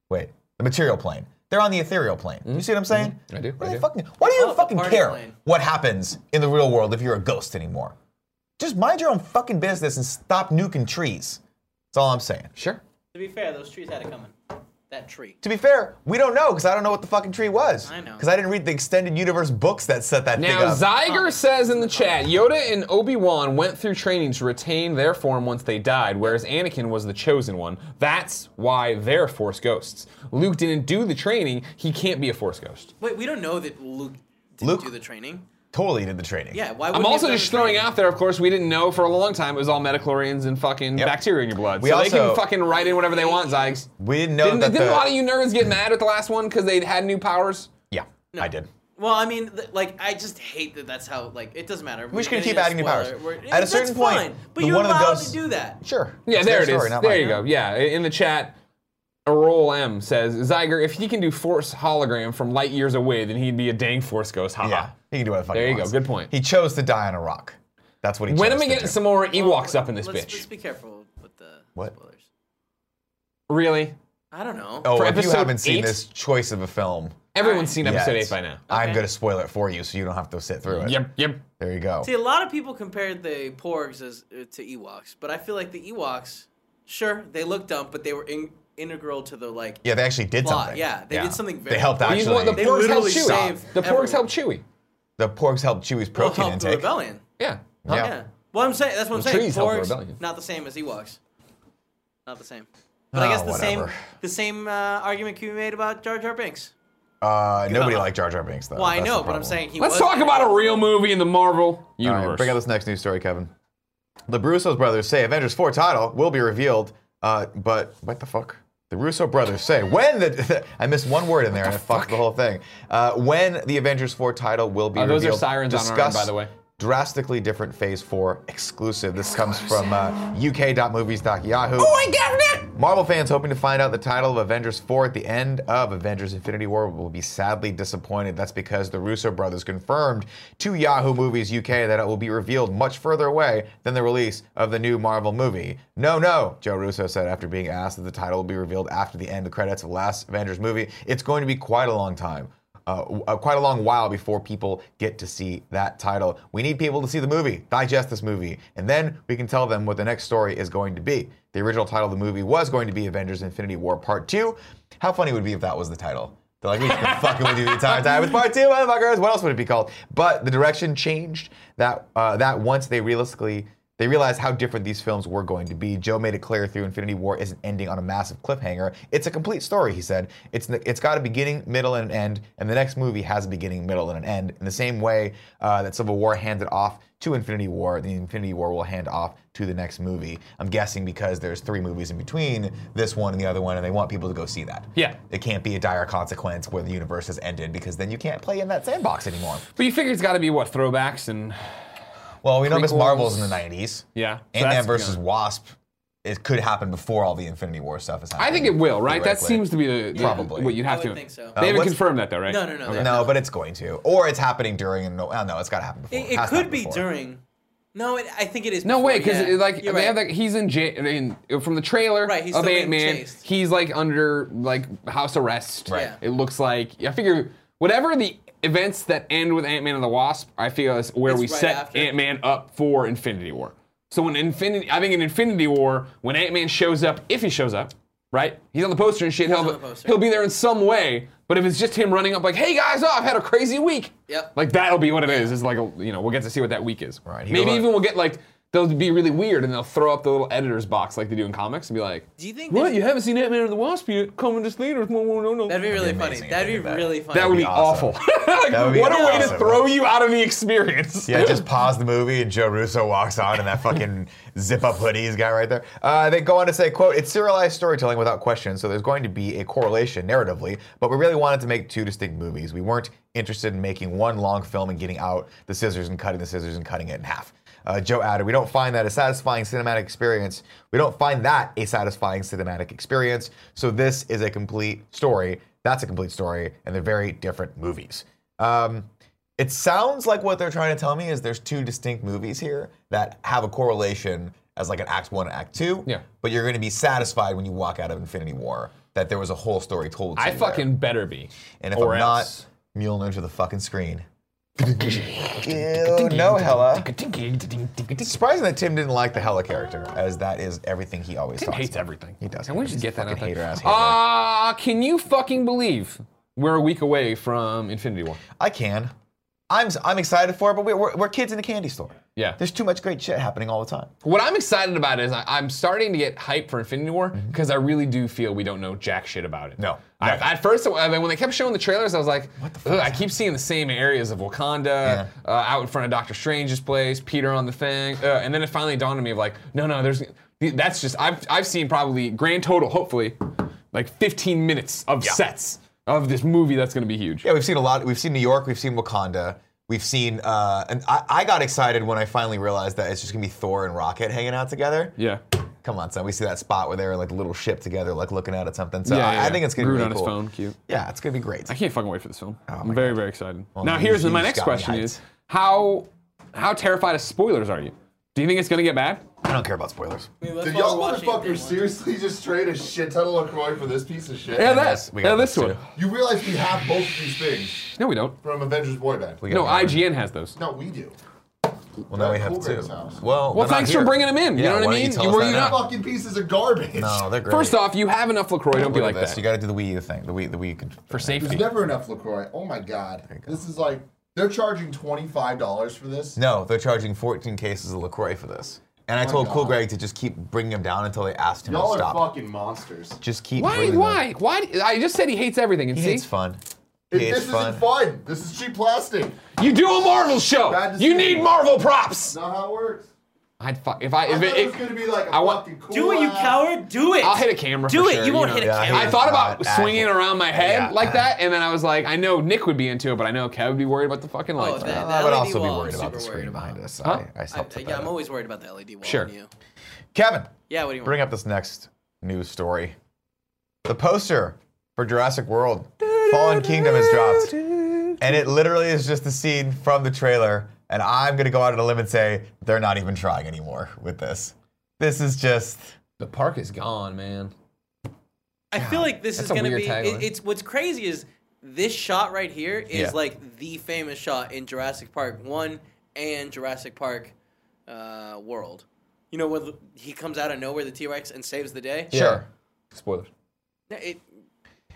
S1: Wait, the material plane. They're on the ethereal plane. You see what I'm saying?
S2: Mm-hmm. I do,
S1: What
S2: I
S1: do they
S2: do.
S1: fucking- why do
S3: Oh,
S1: you
S3: the
S1: fucking
S3: party
S1: care
S3: plane.
S1: what happens in the real world if you're a ghost anymore? Just mind your own fucking business and stop nuking trees. That's all I'm saying.
S2: Sure.
S3: To be fair, those trees had it coming. That tree.
S1: To be fair, we don't know because I don't know what the fucking tree was.
S3: I know.
S1: Because I didn't read the extended universe books that set that thing
S2: Now,
S1: up.
S2: Zyger says in the chat, Yoda and Obi Wan went through training to retain their form once they died, whereas Anakin was the chosen one. That's why they're Force ghosts. Luke didn't do the training; he can't be a Force ghost.
S3: Wait, we don't know that Luke didn't
S1: Luke-
S3: do the training.
S1: totally did the training.
S3: Yeah, why?
S2: I'm
S3: wouldn't he
S2: also
S3: have done
S2: just
S3: the
S2: throwing
S3: training?
S2: out there. Of course, we didn't know for a long time it was all metachlorians and fucking
S1: Yep.
S2: bacteria in your blood.
S1: We
S2: so they
S1: also-
S2: can fucking write in whatever they want, Zygs.
S1: We didn't know
S2: Didn't,
S1: that
S2: didn't
S1: the,
S2: a lot of you nerds get mad at the last one because they had new powers?
S1: Yeah, I did.
S3: Well, I mean, th- like, I just hate that. That's how. Like, it doesn't matter.
S1: We're just gonna
S3: getting
S1: keep
S3: a
S1: adding new powers.
S3: spoiler. We're-
S1: At a
S3: that's
S1: certain point,
S3: fine, but
S1: the
S3: you're
S1: one of the
S3: allowed
S1: ghosts-
S3: to do that.
S1: Sure.
S2: Yeah,
S1: It's
S2: there
S1: their
S2: it is.
S1: story, not
S2: There
S1: mine.
S2: you go. Yeah, i- in the chat, Arol M says Zyger, if he can do Force hologram from light years away, then he'd be a dang Force ghost. Haha.
S1: Yeah, he can do whatever the fuck
S2: Uh-huh. There
S1: he
S2: you go.
S1: wants.
S2: Good point.
S1: He chose to die on a rock. That's what he
S2: When
S1: chose
S2: am I
S1: to
S2: getting
S1: do.
S2: some more Ewoks up in this
S3: let's,
S2: bitch?
S3: Let's be careful with the
S1: What?
S3: spoilers.
S2: Really?
S3: I don't know.
S1: Oh,
S2: for
S1: if you
S2: episode
S1: haven't seen
S2: eight?
S1: this choice of a film,
S2: Everyone's seen episode
S1: yet,
S2: eight by now.
S1: I'm
S3: Okay.
S1: going to spoil it for you so you don't have to sit through it.
S2: Yep, yep.
S1: There you go.
S3: See, a lot of people compared the Porgs as uh, to Ewoks, but I feel like the Ewoks, sure, they look dumb, but they were in, integral to the like.
S1: Yeah, they actually did
S3: Plot,
S1: something.
S3: yeah, they did something very
S1: They helped
S3: important.
S2: You know what? The
S1: actually.
S3: They
S2: porgs help
S3: literally
S2: Chewie.
S3: saved
S2: The porgs
S3: everyone.
S2: help Chewie.
S1: The porgs helped Chewie's
S3: Well,
S1: protein
S3: help the
S1: intake.
S3: rebellion.
S2: Yeah.
S1: Yeah.
S3: Yeah. Well, I'm saying that's what I'm
S2: The
S3: saying.
S2: trees help the
S3: Porgs,
S2: rebellion.
S3: not the same as Ewoks. Not the same. But I
S1: Oh,
S3: guess the same
S1: whatever.
S3: the same uh, argument can be made about Jar Jar Binks.
S1: Uh, nobody
S3: Yeah.
S1: liked Jar Jar Binks, though.
S3: Well, I
S1: That's the
S3: know, but I'm
S1: problem.
S3: saying he
S2: Let's
S3: was
S2: talk about a real movie in the Marvel
S1: All right,
S2: universe.
S1: bring up this next news story, Kevin. The Russo brothers say Avengers 4 title will be revealed, uh, but what the fuck? The Russo brothers say when the I missed one word in there and it fucked the whole thing. Uh, when the Avengers 4 title will be
S2: Uh,
S1: revealed.
S2: those are sirens on our end,
S1: Discuss
S2: by the way.
S1: Drastically different Phase 4 exclusive. This comes from uh, uk.movies.yahoo.
S2: Oh
S1: Marvel fans hoping to find out the title of Avengers 4 at the end of Avengers Infinity War will be sadly disappointed. That's because the Russo brothers confirmed to Yahoo Movies UK that it will be revealed much further away than the release of the new Marvel movie. No, no, Joe Russo said after being asked that the title will be revealed after the end credits of the last Avengers movie. It's going to be quite a long time. uh, w- uh, quite a long while before people get to see that title. We need people to see the movie, digest this movie, and then we can tell them what the next story is going to be. The original title of the movie was going to be Avengers Infinity War Part 2. How funny would it be if that was the title? They're like, we've been fucking with you the entire time. It's part two, motherfuckers. What else would it be called? But the direction changed. That uh, that once they realistically they realized how different these films were going to be. Joe made it clear through Infinity War isn't ending on a massive cliffhanger. It's a complete story, he said. It's it's got a beginning, middle, and an end, and the next movie has a beginning, middle, and an end. In the same way uh, that Civil War handed off to Infinity War, the Infinity War will hand off to the next movie. I'm guessing because there's three movies in between this one and the other one, and they want people to go see that.
S2: Yeah.
S1: It can't be a dire consequence where the universe has ended because then you can't play in that sandbox anymore.
S2: But you figure it's got to be what throwbacks and
S1: Well, we know Miss
S2: Prequels.
S1: Marvel's in the 90s.
S2: yeah. So
S1: Ant Man
S2: that's-
S1: versus
S2: yeah.
S1: Wasp, it could happen before all the Infinity War stuff is happening.
S2: I think it will, right? That
S1: Theoretically.
S2: seems to be the, the-
S1: Probably. Uh,
S2: what you'd have
S3: I
S2: to.
S3: would think so.
S2: They haven't
S1: what's-
S2: confirmed that though, right?
S3: No, no, no.
S2: Okay.
S3: they're
S1: No,
S3: not.
S1: but it's going to. Or it's happening during. and No, oh, no, it's got to happen before.
S3: It, it
S1: has to
S3: could
S1: happen
S3: be
S1: before.
S3: during. No, it, I think it is.
S2: No
S3: before,
S2: way, because
S3: yeah.
S2: like
S3: You're
S2: they have
S3: right.
S2: like he's in jail I mean, from the trailer
S3: Right, he's
S2: of
S3: still being
S2: Ant Man.
S3: chased.
S2: He's like under like house arrest.
S1: Right.
S3: Yeah.
S2: It looks like I figure whatever the events that end with Ant Man and the Wasp, I feel is where
S3: It's
S2: we
S3: right
S2: set
S3: after.
S2: Ant Man up for Infinity War. So when Infinity, I think in Infinity War, when Ant Man shows up, if he shows up, right, he's on the poster and shit. He'll
S3: on the poster.
S2: he'll be there in some way. But if it's just him running up like, "Hey guys, oh, I've had a crazy week,"
S3: Yep.
S2: like that'll be what it is. It's like a, you know we'll get to see what that week is.
S1: Right, he
S2: Maybe
S1: goes-
S2: even we'll get like they'll be really weird and they'll throw up the little editor's box like they do in comics and be like,
S3: Do you think
S2: "What?
S3: there's-
S2: You haven't seen Ant Man and the Wasp yet? Coming to theaters? No, no, no, no."
S3: That'd be really
S1: amazing
S3: funny.
S1: if
S3: That'd
S1: they
S3: be
S1: did that.
S3: really funny.
S2: That would be,
S1: be awesome.
S2: awful. like,
S1: That would be
S2: what a way to
S1: awesome.
S2: throw you out of the experience.
S1: Yeah, just pause the movie and Joe Russo walks on in that fucking zip-up hoodie he's got right there. Uh, they go on to say, "quote It's serialized storytelling without question, so there's going to be a correlation narratively. But we really wanted to make two distinct movies. We weren't interested in making one long film and getting out the scissors and cutting the scissors and cutting it in half." Uh, Joe added, "We don't find that a satisfying cinematic experience. We don't find that a satisfying cinematic experience. So this is a complete story. That's a complete story, and they're very different movies." Um, it sounds like what they're trying to tell me is there's two distinct movies here that have a correlation as like an act one and act two.
S2: Yeah.
S1: But you're going to be satisfied when you walk out of Infinity War that there was a whole story told. To
S2: I
S1: you
S2: fucking
S1: there.
S2: better be.
S1: and if
S2: or
S1: I'm
S2: else.
S1: not, Mjolnir to the fucking screen. Ew, Oh, no Hella. Surprising that Tim didn't like the Hella character, as that is everything he always
S2: Tim
S1: talks
S2: hates
S1: about.
S2: everything.
S1: He does.
S2: And we should
S1: He's
S2: get that
S1: a
S2: out
S1: fucking
S2: there.
S1: hater-ass hater.
S2: Ah, can you fucking believe we're a week away from Infinity War?
S1: I can. I'm I'm excited for it, but we're, we're, we're kids in a candy store.
S2: Yeah.
S1: There's too much great shit happening all the time.
S2: What I'm excited about is I, I'm starting to get hype for Infinity War because I really do feel we don't know jack shit about it.
S1: Mm-hmm. No,
S2: I,
S1: nothing.
S2: at first, I mean, when they kept showing the trailers, I was like, what the fuck I keep seeing the same areas of Wakanda,
S1: Yeah.
S2: uh, out in front of Doctor Strange's place, Peter on the thing. Uh, and then it finally dawned on me of like, no, no, there's. That's just, I've, I've seen probably grand total, hopefully, like 15 minutes of
S1: Yeah.
S2: sets of this movie that's going to be huge.
S1: Yeah, we've seen a lot. We've seen New York. We've seen Wakanda. We've seen, uh, and I, I got excited when I finally realized that it's just gonna be Thor and Rocket hanging out together.
S2: yeah.
S1: Come on, son. We see that spot where they're in, like a little ship together, like looking out at something. So
S2: Yeah,
S1: I,
S2: yeah,
S1: I
S2: yeah.
S1: think it's gonna
S2: Groot
S1: be
S2: on
S1: really
S2: his
S1: cool.
S2: phone, cute.
S1: Yeah, it's gonna be great.
S2: I can't fucking wait for this film.
S1: Oh my
S2: I'm very, very excited. now,
S1: you-
S2: here's
S1: you
S2: my
S1: just
S2: next
S1: got me
S2: question
S1: hyped.
S2: is how how terrified of spoilers are you? Do you think it's gonna get bad?
S1: I don't care about spoilers.
S3: I mean, that's
S5: Did
S3: why we're
S5: y'all
S3: watching it day
S5: motherfuckers
S3: one.
S5: seriously just trade a shit ton of LaCroix for this piece of shit?
S2: Yeah,
S1: this-
S2: that.
S1: we got
S2: Yeah,
S1: this
S2: this one.
S1: too.
S5: You realize we have both of these things
S2: No, we don't.
S5: from Avengers Boy Band.
S1: We
S2: No,
S1: got-
S2: IGN has those.
S5: No, we do.
S1: Well, now we have
S5: Cool
S1: two.
S5: Guy's house.
S1: Well,
S2: Well,
S1: they're not
S2: thanks for
S1: here.
S2: bringing 'em in, you
S1: Yeah,
S2: know what I
S1: why don't
S2: mean?
S1: tell
S2: You-
S1: us
S2: were
S1: that
S2: you
S1: now?
S2: not-
S5: Fucking pieces of garbage.
S1: No, they're great.
S2: First off, you have enough Lacroix. Don't be
S1: Look at
S2: like
S1: this.
S2: that
S1: You got to do the Wii U thing. The Wii, the Wii. Control.
S2: for safety.
S5: There's never enough LaCroix. Oh my god. This is like they're charging $25 for this.
S1: No, they're charging 14 cases of Lacroix for this. And I told Cool
S5: Oh God.
S1: Greg to just keep bringing them down until they asked him
S5: Y'all
S1: to stop.
S5: are fucking monsters.
S1: Just keep.
S2: Why?
S1: bringing them.
S2: Why? Why? d- I just said he hates everything. And
S1: He
S2: see,
S1: hates fun. He
S5: It-
S1: hates
S5: this
S1: fun.
S5: isn't fun. This is cheap plastic.
S2: you do a Marvel show.
S5: Bad
S2: You
S5: decision.
S2: need Marvel props.
S5: Not how it works.
S2: I'd fuck if I
S5: I
S2: if
S5: thought
S2: it.
S5: it, was
S2: if-
S5: gonna be like a
S2: I want-
S5: fucking cool.
S3: Do it, you
S5: ass-
S3: coward! Do it!
S2: I'll hit a camera
S3: Do
S2: for
S3: it!
S2: sure,
S3: You won't
S2: you
S3: hit a
S1: know. Yeah, I
S3: camera.
S2: I thought about
S1: Not that
S2: swinging
S1: hit.
S2: around my head
S1: Yeah.
S2: like that, and then I was like, I know Nick would be into it, but I know Kev would be worried about the fucking
S3: Oh,
S2: lights.
S3: that-
S1: Well,
S3: the
S1: I would
S3: LED
S1: also be
S3: wall, I'm
S1: worried about the
S3: super
S1: screen
S3: worried
S1: behind us.
S2: Huh?
S1: I, I
S3: I,
S1: helped
S3: I,
S1: put
S3: yeah,
S1: that
S3: I'm
S1: up.
S3: always worried about the LED wall.
S2: Sure.
S3: on You.
S1: Kevin,
S3: Yeah, what do you want?
S1: bring up this next news story. The poster for Jurassic World Fallen Kingdom has dropped. And it literally is just the scene from the trailer. And I'm going to go out on a limb and say they're not even trying anymore with this. This is just.
S2: The park is gone, man.
S3: I feel like this
S2: That's
S3: is
S2: a
S3: going to
S2: weird
S3: be.
S2: tagline.
S3: It, it's what's crazy is this shot right here is
S1: Yeah.
S3: like the famous shot in Jurassic Park 1 and Jurassic Park uh, World. You know, when he comes out of nowhere, the T Rex, and saves the day?
S1: Sure.
S2: Spoilers.
S3: No, It,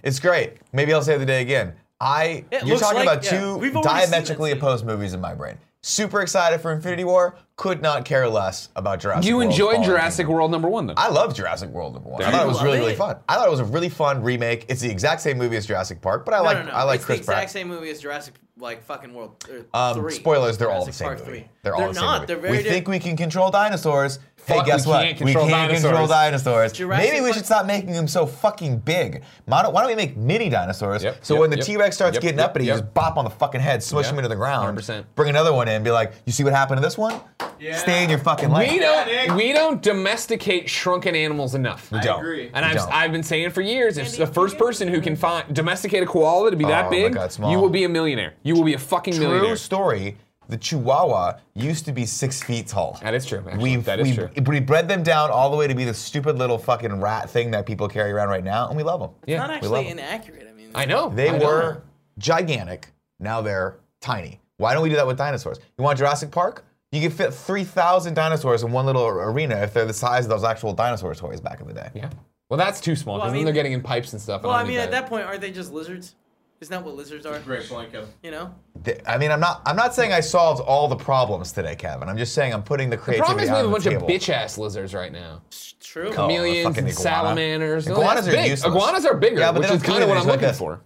S1: It's great. Maybe I'll say the day again. I
S3: It
S1: you're
S3: looks
S1: talking
S3: like-
S1: about
S3: yeah,
S1: two
S3: we've already seen that
S1: diametrically
S3: scene.
S1: opposed movies in my brain. Super excited for Infinity War. Could not care less about Jurassic.
S2: You
S1: World
S2: enjoyed
S1: Fallen
S2: Jurassic
S1: Kingdom.
S2: World number one, though.
S1: I love Jurassic World number one. I
S2: There
S1: thought
S2: you
S1: it
S2: go.
S1: was really,
S3: Love
S1: really
S3: it.
S1: fun. I thought it was a really fun remake. It's the exact same movie as Jurassic Park, but I
S3: no,
S1: like
S3: no, no.
S1: I like
S3: it's
S1: Chris
S3: the
S1: Pratt.
S3: exact same movie as Jurassic, like, fucking World or
S1: Um,
S3: 3.
S1: spoilers, they're all the
S3: Jurassic
S1: same
S3: Park
S1: movie.
S3: 3.
S1: They're, all
S3: They're
S1: the same
S3: not.
S1: movie.
S3: They're very
S1: we
S3: different.
S1: think we can control dinosaurs.
S2: Fuck,
S1: hey, guess
S2: we
S1: what?
S2: can't control
S1: we can't control dinosaurs.
S3: Jurassic
S1: Maybe we
S3: Park-
S1: should stop making them so fucking big. Why don't, why don't we make mini dinosaurs?
S2: Yep,
S1: so
S2: yep,
S1: when the
S2: yep,
S1: T-Rex starts
S2: yep,
S1: getting
S2: yep,
S1: up at it,
S2: yep.
S1: you just bop on the fucking head, smush
S2: Yeah,
S1: him into the ground.
S2: 100%.
S1: Bring another one in and be like, you see what happened to this one?
S6: Yeah.
S1: Stay in your fucking lane.
S2: We don't,
S6: Nick.
S2: we don't domesticate shrunken animals enough.
S1: We don't.
S6: agree.
S2: And
S1: We
S2: I've,
S1: don't.
S2: I've been saying it for years. If the first person who can find domesticate a koala to be
S1: Oh,
S2: that
S1: my
S2: big,
S1: God, small.
S2: you will be a millionaire. You will be a fucking millionaire.
S1: True story. The Chihuahua used to be six feet tall.
S2: That is true. Actually.
S1: We've,
S2: that is
S1: we've,
S2: true.
S1: we bred them down all the way to be the stupid little fucking rat thing that people carry around right now, and we love them.
S3: It's not
S2: Yeah,
S1: we love
S3: actually
S1: them.
S3: inaccurate. I mean,
S2: I know.
S1: They
S2: I know.
S1: were gigantic. Now they're tiny. Why don't we do that with dinosaurs? You want Jurassic Park? You can fit 3,000 dinosaurs in one little arena if they're the size of those actual dinosaur toys back in the day.
S2: Yeah. Well, that's too small.
S3: Well, I
S2: Because
S3: mean-
S2: then they're getting in pipes and stuff. and
S3: Well, I
S2: don't
S3: mean,
S2: need
S3: at that point, aren't they just lizards? Isn't that what lizards are?
S6: Great point, Kevin.
S3: You know?
S1: Th- I mean, I'm not, I'm not saying I solved all the problems today, Kevin. I'm just saying I'm putting the
S2: The
S1: creativity
S2: problem is we
S1: out
S2: have a
S1: on
S2: bunch
S1: the
S2: of
S1: table.
S2: bitch ass lizards right now.
S3: It's true.
S1: Oh, the
S2: Chameleons
S1: fucking
S2: and
S1: iguana.
S2: salamanders. No,
S1: Iguanas
S2: that's
S1: are
S2: big.
S1: useless.
S2: Iguanas are bigger,
S1: Yeah, but they
S2: which
S1: don't
S2: is
S1: do
S2: kind of what
S1: anything
S2: I'm
S1: like
S2: looking
S1: this.
S2: for.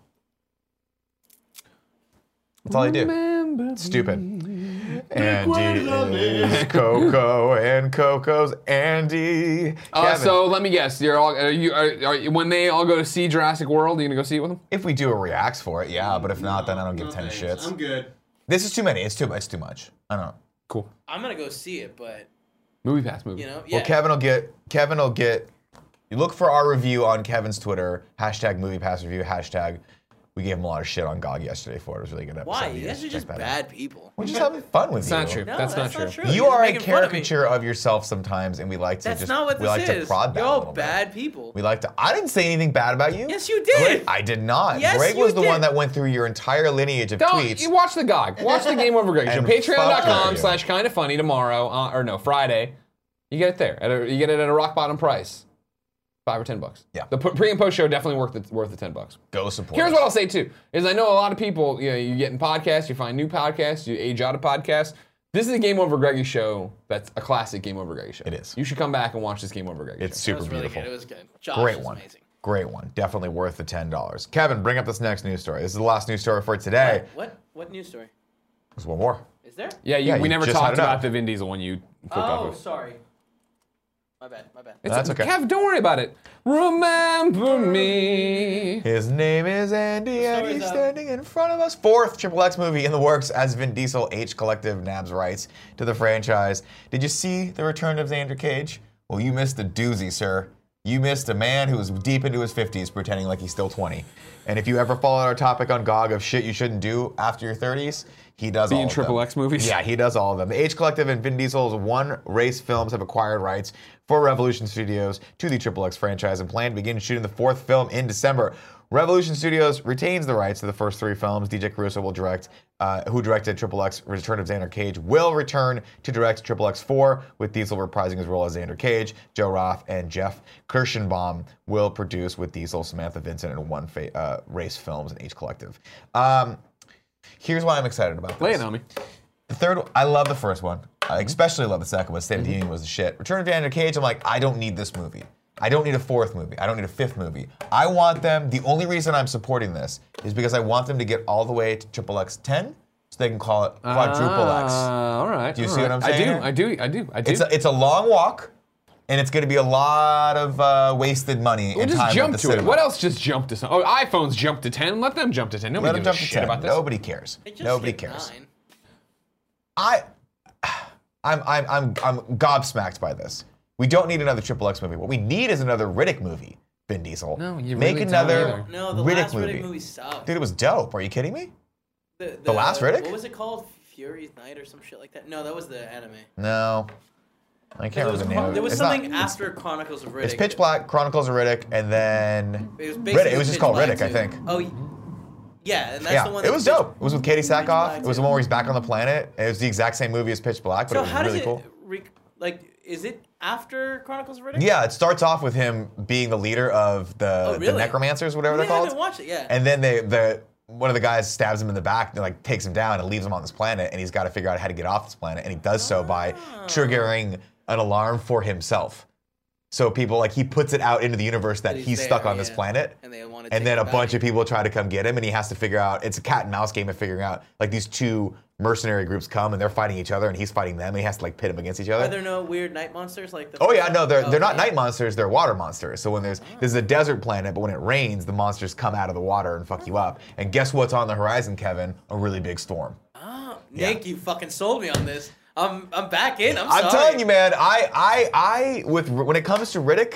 S1: That's all I do. Stupid. Andy is Coco and Coco's Andy.
S2: Uh,
S1: Kevin,
S2: so let me guess. You're all are you are, are you- when they all go to see Jurassic World, are you gonna go see it with them?
S1: if we do a reacts for it, yeah, but if not, then I don't give
S6: No
S1: 10
S6: thanks.
S1: shits.
S6: I'm good.
S1: This is too many. It's too much. It's too much. I don't know.
S2: Cool.
S3: I'm gonna go see it, but
S2: Movie pass movie.
S3: you know, yeah.
S1: Well, Kevin will get. Kevin will get. You look for our review on Kevin's Twitter. Hashtag MoviePass review. Hashtag. We gave him a lot of shit on GOG yesterday for it. It was a really good. Episode.
S3: Why?
S1: You
S3: You
S1: guys
S3: guys are
S1: should
S3: just
S1: check that
S3: bad
S1: out.
S3: people.
S1: We're just having fun with
S2: It's
S1: you.
S2: not true.
S3: No,
S2: that's, not true.
S1: You,
S3: You're
S1: are a
S3: making fun of me.
S1: caricature of, yourself sometimes, and we like to
S3: That's
S1: just
S3: not what
S1: we
S3: this
S1: like to
S3: is.
S1: prod that
S3: You're
S1: a
S3: all
S1: little bit.
S3: bad people.
S1: We like to. I didn't say anything bad about you.
S3: Yes, you did.
S1: I did not.
S3: Yes,
S1: Greg
S3: you
S1: was the
S3: did.
S1: one that went through your entire lineage of
S2: Don't
S1: tweets.
S2: you watch the GOG. Watch the Game Over Greg show.
S1: And fuck
S2: Patreon.com
S1: you.
S2: slash kind of funny tomorrow uh, or no Friday. You get it there. At a, you get it at a rock bottom price, five or ten bucks.
S1: Yeah.
S2: The p- pre and post show definitely worth the, worth the ten bucks.
S1: Go support.
S2: Here's
S1: us.
S2: what I'll say too: is I know a lot of people. You know, you get in podcasts, you find new podcasts, you age out of podcasts. This is a Game Over Greggy show. That's a classic Game Over Greggy show.
S1: It is.
S2: You should come back and watch this Game Over Greggy.
S1: It's
S2: show.
S1: super
S3: It was really
S1: beautiful.
S3: good. It was good. Josh
S1: Great
S3: was
S1: one.
S3: amazing.
S1: Great one. Definitely worth the ten dollars. Kevin, bring up this next news story. This is the last news story for today.
S3: What? What news story?
S1: There's one more.
S3: Is there?
S2: Yeah, you,
S1: Yeah,
S2: we
S1: you
S2: never
S1: just
S2: talked
S1: had it up.
S2: about the Vin Diesel one. You clicked off
S3: Oh,
S2: of.
S3: sorry. My bad. My bad.
S2: It's-
S1: That's okay.
S2: Kev, don't worry about it. Remember me.
S1: His name is Andy, and
S3: story's
S1: he's
S3: up.
S1: standing in front of us. Fourth Triple X movie in the works as Vin Diesel H Collective nabs rights to the franchise. Did you see the return of Xander Cage? Well, you missed a doozy, sir. You missed a man who was deep into his 50s pretending like he's still 20. And if you ever followed our topic on GOG of shit you shouldn't do after your 30s, he does all
S2: Being
S1: of them.
S2: Triple X movies?
S1: Yeah, he does all of them. The H Collective and Vin Diesel's One Race Films have acquired rights for Revolution Studios to the Triple X franchise and plan to begin shooting the fourth film in December. Revolution Studios retains the rights to the first three films. DJ Caruso will direct, uh, who directed Triple X Return of Xander Cage, will return to direct Triple X 4, with Diesel reprising his role as Xander Cage. Joe Roth and Jeff Kirschenbaum will produce with Diesel, Samantha Vincent, and One Fa- uh, Race Films and H Collective. Um, here's why I'm excited about this.
S2: Play it on me.
S1: The third, I love the first one. I especially love the second one. State
S2: Mm-hmm.
S1: of the Union was the shit. Return of Daniel Cage, I'm like, I don't need this movie. I don't need a fourth movie. I don't need a fifth movie. I want them. The only reason I'm supporting this is because I want them to get all the way to triple X 10, so they can call it quadruple X.
S2: Ah, all right.
S1: Do you
S2: all
S1: see what
S2: right.
S1: I'm saying?
S2: I do. I do. I do. I do.
S1: It's a, it's a long walk, and it's going to be a lot of uh, wasted money
S2: Well,
S1: and
S2: just
S1: time
S2: jump
S1: at
S2: to
S1: the
S2: it.
S1: cinema.
S2: What else just jumped to some? Oh, iPhones jumped to 10. Let them jump to 10. Nobody
S1: Let them jump
S2: gives a
S1: to
S2: shit
S1: 10.
S2: about this.
S1: Nobody cares.
S3: They just
S1: Nobody
S3: hit
S1: cares.
S3: Nine.
S1: I, I'm, I'm, I'm, I'm gobsmacked by this. We don't need another Triple X movie. What we need is another Riddick movie. Vin Diesel.
S2: No, you
S1: make
S2: really don't
S1: another
S2: either.
S3: No, the
S1: Riddick
S3: last
S1: movie.
S3: Riddick movie sucked.
S1: Dude, it was dope. Are you kidding me?
S3: the, the,
S1: last Riddick?
S3: What was it called? Fury's Night or some shit like that? No, that was the anime.
S1: No, I can't remember the name. of it.
S3: There was
S1: It's not-
S3: something after Chronicles of Riddick.
S1: it's Pitch Black, Chronicles of Riddick, and then
S3: It was,
S1: Riddick.
S3: basically
S1: It was just
S3: Pitch
S1: called
S3: Black
S1: Riddick, I
S3: too.
S1: think.
S3: Oh, y- Yeah, and that's
S1: yeah,
S3: the one.
S1: it
S3: that
S1: was
S3: Pitch-
S1: dope. It was with Katie
S3: Pitch
S1: Sackhoff.
S3: Black
S1: It was the
S3: did.
S1: one where he's back on the planet. It was the exact same movie as Pitch Black, but
S3: So
S1: it was
S3: how does
S1: really
S3: it
S1: cool.
S3: re- like? Is it after Chronicles of Riddick?
S1: Yeah, it starts off with him being the leader of the,
S3: Oh,
S1: the
S3: really?
S1: necromancers, whatever
S3: Yeah, I
S1: they're called.
S3: haven't watched it. Yeah.
S1: And then they the one of the guys stabs him in the back, and like takes him down and leaves him on this planet, and he's got to figure out how to get off this planet, and he does so by
S3: Ah.
S1: triggering an alarm for himself. So people like he puts it out into the universe that,
S3: he's
S1: he's,
S3: there,
S1: stuck on this
S3: yeah.
S1: planet.
S3: and they want to.
S1: And then a bunch of people try to come get him, and he has to figure out. It's a cat and mouse game of figuring out. Like these two mercenary groups come, and they're fighting each other, and he's fighting them, and he has to like pit them against each other.
S3: Are there no weird night monsters like the?
S1: Oh yeah, no, they're
S3: Oh,
S1: they're not
S3: yeah.
S1: night monsters. They're water monsters. So when there's this is a desert planet, but when it rains, the monsters come out of the water and fuck you up. And guess what's on the horizon, Kevin? A really big storm.
S3: Oh, Nick, you fucking sold me on this. I'm I'm back in. I'm,
S1: I'm
S3: sorry.
S1: telling you, man. I I I with when it comes to Riddick,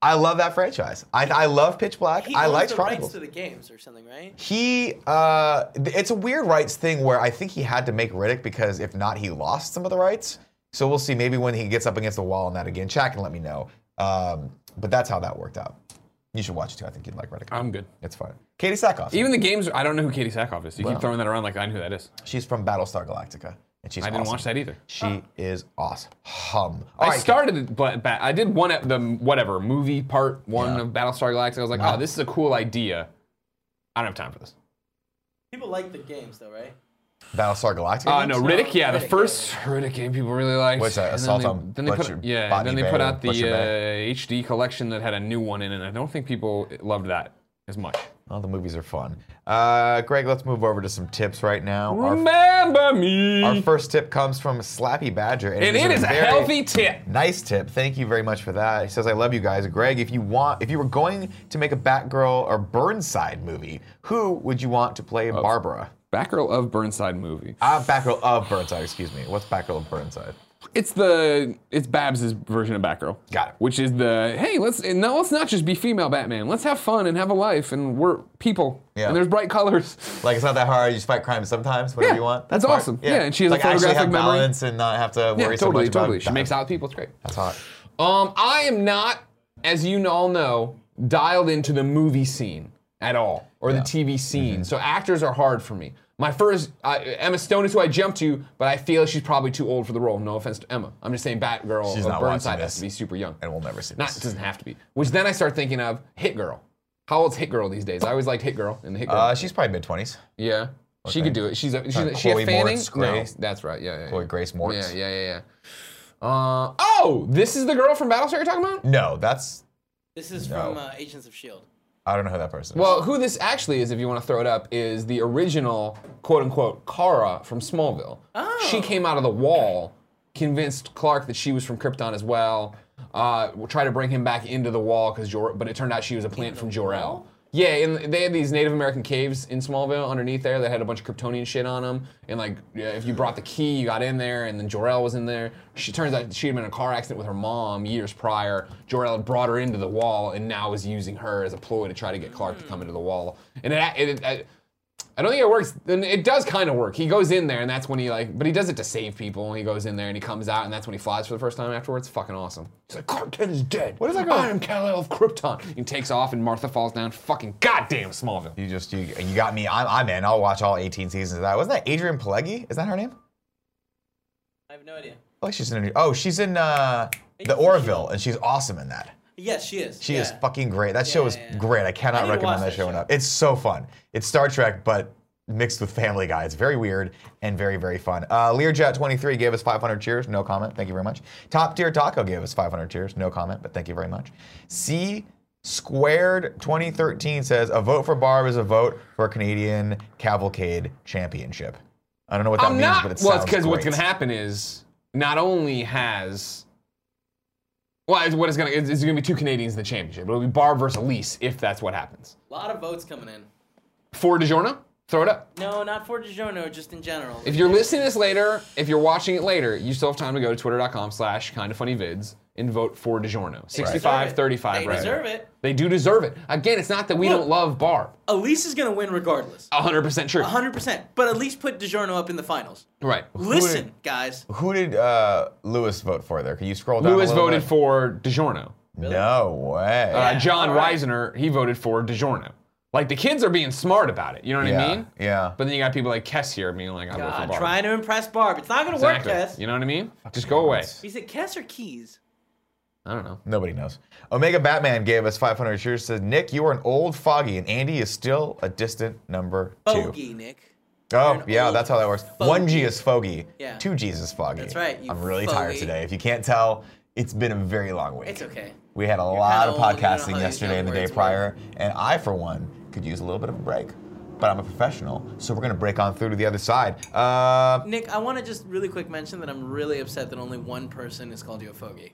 S1: I love that franchise. I I love Pitch Black.
S3: He
S1: I
S3: owns
S1: like
S3: the
S1: Chronicles.
S3: rights to the games or something, right?
S1: He, uh, th- it's a weird rights thing where I think he had to make Riddick because if not, he lost some of the rights. So we'll see. Maybe when he gets up against the wall on that again, Chat can let me know. Um, but that's how that worked out. You should watch it too. I think you'd like Riddick.
S2: I'm good.
S1: it's fine. Katie Sackhoff.
S2: Even the games, I don't know who Katie Sackhoff is. You
S1: Well.
S2: keep throwing that around like I knew who that is.
S1: she's from Battlestar Galactica, and she's.
S2: I didn't
S1: awesome.
S2: watch that either.
S1: She is awesome. Hum.
S2: I started, it, but but I did one at the whatever movie part one
S1: Yeah. Uh-huh.
S2: of Battlestar Galactica. I was like,
S1: Wow.
S2: oh, this is a cool idea. I don't have time for this.
S3: People like the games though, right?
S1: Battlestar Galactica.
S2: Uh, no, Riddick. Yeah, the
S3: Riddick,
S2: first Riddick game people really liked.
S1: What's that,
S2: And then
S1: Assault
S2: they-
S1: on
S2: then they put-
S1: Butcher-
S2: yeah, and
S1: Botany
S2: then they
S1: Bay
S2: put
S1: or
S2: out the
S1: Butcher
S2: uh, HD collection that had a new one in it. and I don't think people loved that as much.
S1: All Oh, the movies are fun. Uh, Greg, let's move over to some tips right now. Our,
S2: Remember me.
S1: our first tip comes from Slappy Badger,
S2: and it is a
S1: very-
S2: healthy tip.
S1: Nice tip. Thank you very much for that. He says, "I love you guys, Greg. If you want, if you were going to make a Batgirl or Burnside movie, who would you want to play Barbara?
S2: Batgirl of Burnside movie.
S1: Ah, Batgirl of Burnside. Excuse me. What's Batgirl of Burnside?
S2: It's the it's Babs's version of Batgirl.
S1: Got it.
S2: Which is the hey, let's and no, let's not just be female Batman. Let's have fun and have a life, and we're people.
S1: Yeah.
S2: And there's bright colors.
S1: Like it's not that hard. You just fight crime sometimes, whatever
S2: Yeah,
S1: you want.
S2: that's
S1: hard.
S2: awesome. Yeah, and she has a
S1: like actually
S2: photographic
S1: have
S2: memory.
S1: balance and not have to worry
S2: yeah,
S1: so much
S2: totally,
S1: about.
S2: totally. She
S1: that.
S2: makes out with people. It's great.
S1: That's hot.
S2: Um, I am not, as you all know, dialed into the movie scene at all or the
S1: Mm-hmm.
S2: TV scene. So actors are hard for me. My first I, Emma Stone is who I jumped to, but I feel she's probably too old for the role. No offense to Emma. I'm just saying Batgirl
S1: She's
S2: or
S1: not watching
S2: Burnside has
S1: this.
S2: to be super young.
S1: And we'll never see
S2: Not
S1: this.
S2: it doesn't have to be. Which then I start thinking of Hit Girl. How old's Hit Girl these days? I always liked Hit Girl and the Hit Girl.
S1: Uh, she's probably mid twenties.
S2: yeah, she could do it. She's a she's a, she
S1: Chloe
S2: a Fanning.
S1: Moritz Grey.
S2: No, that's right. Yeah, yeah, yeah.
S1: Chloe Grace Moritz.
S2: Yeah, yeah, yeah, yeah. Uh, oh, this is the girl from Battlestar you're talking about?
S1: No, that's
S3: This is
S1: No.
S3: from uh, Agents of Shield.
S1: I don't know who that person. is.
S2: Well, who this actually is, if you want to throw it up, is the original quote unquote Kara from Smallville.
S3: Oh.
S2: She came out of the wall, convinced Clark that she was from Krypton as well. Uh, we'll try to bring him back into the wall because Jor, but it turned out she was a plant from Jor El. Yeah, and they had these Native American caves in Smallville underneath there that had a bunch of Kryptonian shit on them. And like, yeah, if you brought the key, you got in there, and then Jor El was in there. She turns out she had been in a car accident with her mom years prior. Jor El had brought her into the wall, and now is using her as a ploy to try to get Clark to come into the wall. And it, it, it I don't think it works. And it does kind of work. He goes in there, and that's when he like, but he does it to save people. He goes in there, and he comes out, and that's when he flies for the first time afterwards. Fucking awesome. He's like, Clark Kent is dead. What is that? I am Kal El of Krypton. He takes off, and Martha falls down. Fucking goddamn Smallville.
S1: You just you, you got me. I'm, I'm in. I'll watch all 18 seasons of that. Wasn't that Adrian Pelegi? Is that her name?
S3: I have no idea.
S1: Oh, she's in. A, oh, she's in uh, the Orville, and she's awesome in that.
S3: Yes, she is.
S1: She is
S3: yeah.
S1: fucking great. That show
S3: Yeah,
S1: is
S3: yeah, yeah.
S1: great. I
S3: I
S1: cannot
S3: need to watch
S1: recommend that
S3: that
S1: show
S3: show.
S1: enough. It's so fun. It's Star Trek, but mixed with Family Guy. It's very weird and very very fun. Uh, Learjet23 gave us 500 cheers. No comment. Thank you very much. Top Tier Taco gave us 500 cheers. No comment, but thank you very much. C Squared 2013 says a vote for Barb is a vote for a Canadian Cavalcade Championship. I don't know what that
S2: I'm
S1: means,
S2: not.
S1: but it
S2: well, it's
S1: sounds
S2: because what's
S1: great.
S2: gonna happen is not only has. Well, it's, what is gonna it's, it's gonna be two Canadians in the championship. It'll be Barb versus Elise if that's what happens.
S3: A lot of votes coming in.
S2: For DiGiorno, throw it up.
S3: No, not for DiGiorno, just in general.
S2: If you're listening to this later, if you're watching it later, you still have time to go to twitter.com slash kind of funny vids and vote for DiGiorno. 65,
S3: They
S2: 35, right?
S3: deserve it.
S2: They do deserve it. Again, it's not that we
S3: Look.
S2: don't love Barb.
S3: Elise is gonna win regardless.
S2: 100% true.
S3: hundred percent. But at least put DiGiorno up in the finals.
S2: Right.
S3: Listen, guys.
S1: Who did uh, Lewis vote for there? Can you scroll down?
S2: Lewis
S1: a little
S2: voted
S1: bit?
S2: for DiGiorno.
S1: No way.
S2: Uh, John
S3: all right.
S2: Reisner, he voted for DiGiorno. Like the kids are being smart about it. You know what
S1: yeah,
S2: I mean?
S1: yeah.
S2: But then you got people like Kess here being like, I'm
S3: God,
S2: for Barb.
S3: trying to impress Barb. It's not gonna
S2: exactly.
S3: work, Kess.
S2: You know what I mean? Just go away.
S3: Is it Kess or Keys?
S2: I don't know.
S1: Nobody knows. Omega Batman gave us 500 cheers. Said Nick, you are an old foggy, and Andy is still a distant number two.
S3: Bogey, Nick.
S1: Oh
S3: an
S1: yeah,
S3: old
S1: that's how that works.
S3: fogey.
S1: One G is foggy.
S3: Yeah.
S1: Two G's is foggy.
S3: That's right, you
S1: I'm really
S3: fogey.
S1: tired today. If you can't tell, it's been a very long week.
S3: It's okay.
S1: We had a lot of
S3: old, you don't know how
S1: podcasting
S3: these
S1: yesterday
S3: young
S1: and the day
S3: words work.
S1: prior, and I, for one, could use a little bit of a break. But I'm a professional, so we're gonna break on through to the other side. Uh,
S3: Nick, I want to just really quick mention that I'm really upset that only one person has called you a fogey.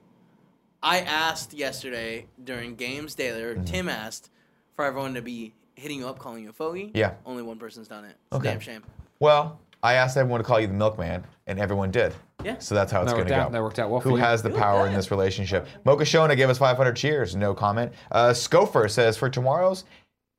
S3: I asked yesterday during games daily, or
S1: Mm-hmm.
S3: Tim asked for everyone to be hitting you up calling you a fogey.
S1: Yeah.
S3: Only one person's done it. It's
S1: Okay.
S3: a damn shame.
S1: well, I asked everyone to call you the milkman, and everyone did.
S3: Yeah.
S1: So that's how it's
S2: That
S1: going
S2: worked
S1: to go.
S2: out- that worked out well for
S1: Who
S2: you.
S1: has the
S3: Good
S1: power in
S3: guy.
S1: this relationship? Mocha Shona gave us 500 cheers. No comment. Uh, Scofer says for tomorrow's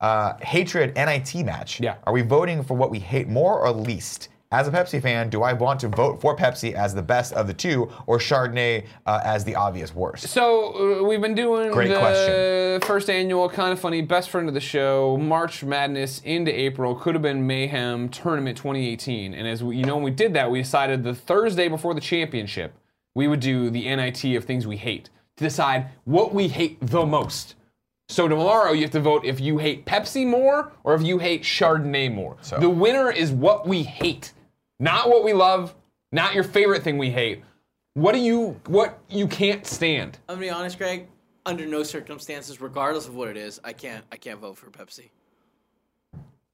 S1: uh, hatred NIT match.
S2: Yeah.
S1: Are we voting for what we hate more or least? As a Pepsi fan, do I want to vote for Pepsi as the best of the two, or Chardonnay uh, as the obvious worst?
S2: So uh, we've been doing
S1: Great
S2: the
S1: question.
S2: first annual kind of funny best friend of the show March Madness into April could have been Mayhem Tournament 2018, and as we, you know when we did that we decided the Thursday before the championship we would do the NIT of things we hate to decide what we hate the most. So tomorrow you have to vote if you hate Pepsi more or if you hate Chardonnay more. The winner is what we hate, not what we love, not your favorite thing we hate. What do you what you can't stand?
S3: I'm gonna be honest, Greg. Under no circumstances, regardless of what it is, I can't. I can't vote for Pepsi.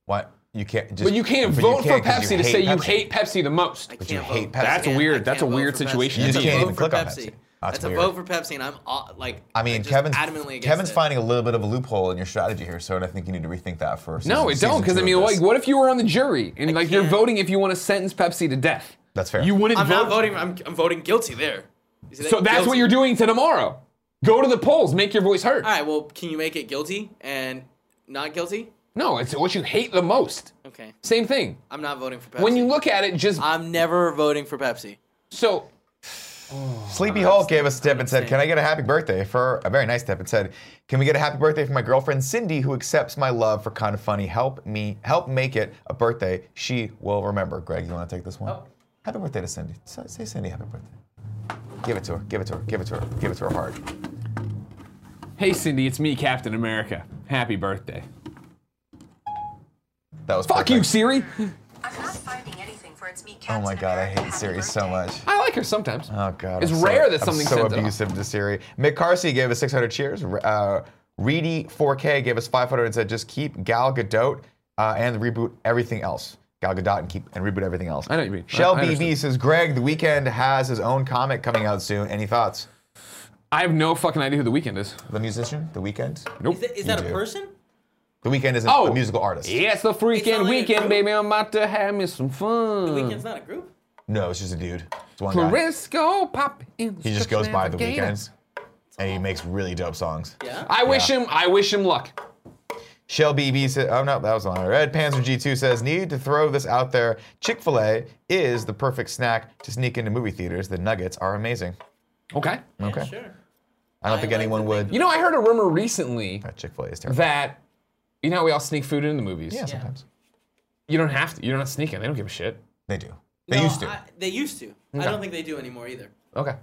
S1: What? You can't just.
S2: But you can't
S1: but you
S2: vote
S1: can't
S2: for
S1: 'cause
S2: Pepsi
S1: you
S2: to
S1: hate
S2: say you
S1: Pepsi.
S2: hate Pepsi the most.
S3: I
S1: you
S3: can't
S1: hate
S3: vote.
S1: Pepsi. That's
S3: I can't-
S2: weird.
S3: I
S2: That's a
S3: can't vote
S2: weird
S3: for Pepsi.
S2: situation. You
S3: That's
S2: just
S3: a
S1: can't
S3: vote
S1: even
S3: for
S1: click on Pepsi. That's
S3: That's a
S1: weird.
S3: vote for Pepsi, and I'm all, like,
S1: I mean,
S3: just
S1: Kevin's
S3: adamantly against
S1: Kevin's
S3: it.
S1: finding a little bit of a loophole in your strategy here, so and I think you need to rethink that first.
S2: No, it don't. Because I mean, like, what if you were on the jury and like you're
S3: can't.
S2: voting if you want to sentence Pepsi to death?
S1: That's fair.
S2: You wouldn't
S3: I'm
S2: vote.
S3: not voting. I'm, I'm voting guilty there. You see that?
S2: So that's what
S3: Guilty.
S2: you're doing to tomorrow. Go to the polls. Make your voice heard.
S3: All right. Well, can you make it guilty and not guilty?
S2: No, it's what you hate the most.
S3: Okay.
S2: Same thing.
S3: I'm not voting for Pepsi.
S2: When you look at it, just
S3: I'm never voting for Pepsi.
S2: so
S1: Sleepy Hulk gave us a tip and said, Can I get a happy birthday? For a very nice tip and said, Can we get a happy birthday for my girlfriend Cindy, who accepts my love for kind of funny? Help me, help make it a birthday she will remember. Greg, you want to take this one?
S2: Oh.
S1: Happy birthday to Cindy. Say say Cindy, happy birthday. Give it to her, give it to her, give it to her, give it to her hard.
S2: hey Cindy, it's me, Captain America. Happy birthday.
S1: That was
S2: Fuck you,
S1: perfect.
S2: Siri.
S7: I'm not finding anything for its me
S1: Oh
S7: Captain
S1: my god, I
S7: America.
S1: hate
S7: Happy
S1: Siri so
S7: birthday.
S1: much.
S2: I like her sometimes.
S1: Oh god,
S2: It's
S1: I'm
S2: rare
S1: so,
S2: that something
S1: I'm so
S2: sends it off.
S1: abusive to Siri. Mick Carsey gave us 600 cheers. Uh, Reedy 4K gave us 500 and said just keep Gal Gadot uh, and reboot everything else. Gal Gadot and keep and reboot everything else.
S2: I know what you mean. I-
S1: Shell
S2: I
S1: BB
S2: understand.
S1: says Greg, The Weekend has his own comic coming out soon. Any thoughts?
S2: I have no fucking idea who the weekend is.
S1: The musician, The Weekend.
S2: Nope.
S3: Is that, is that a
S1: do.
S3: person?
S1: The Weekend is a,
S2: Oh.
S1: a musical artist.
S2: Yeah, it's the
S3: It's
S2: freaking
S3: not like a
S2: weekend,
S3: group.
S2: baby. I'm about to have me some fun.
S3: Weekend's not a group.
S1: No, it's just a dude. It's one guy.
S2: Clarisco pop in.
S1: He just goes by The Weekend, and he makes really dope songs.
S3: Yeah.
S2: I wish him. I wish him luck.
S1: Shell BB says, oh no, that was on. Red Panzer G2 says, need to throw this out there. Chick fil A is the perfect snack to sneak into movie theaters. The nuggets are amazing.
S2: Okay.
S1: Okay.
S3: Sure.
S1: I don't think
S3: like
S1: anyone
S3: to
S1: would.
S2: You know, I heard a rumor recently
S1: Chick fil A is terrible.
S2: that you know how we all sneak food into the movies.
S1: yeah, sometimes.
S2: You don't have to. You're not sneaking. They don't give a shit.
S1: They do. They
S3: No,
S1: used to.
S3: I- they used to. I don't think they do anymore either.
S2: Okay.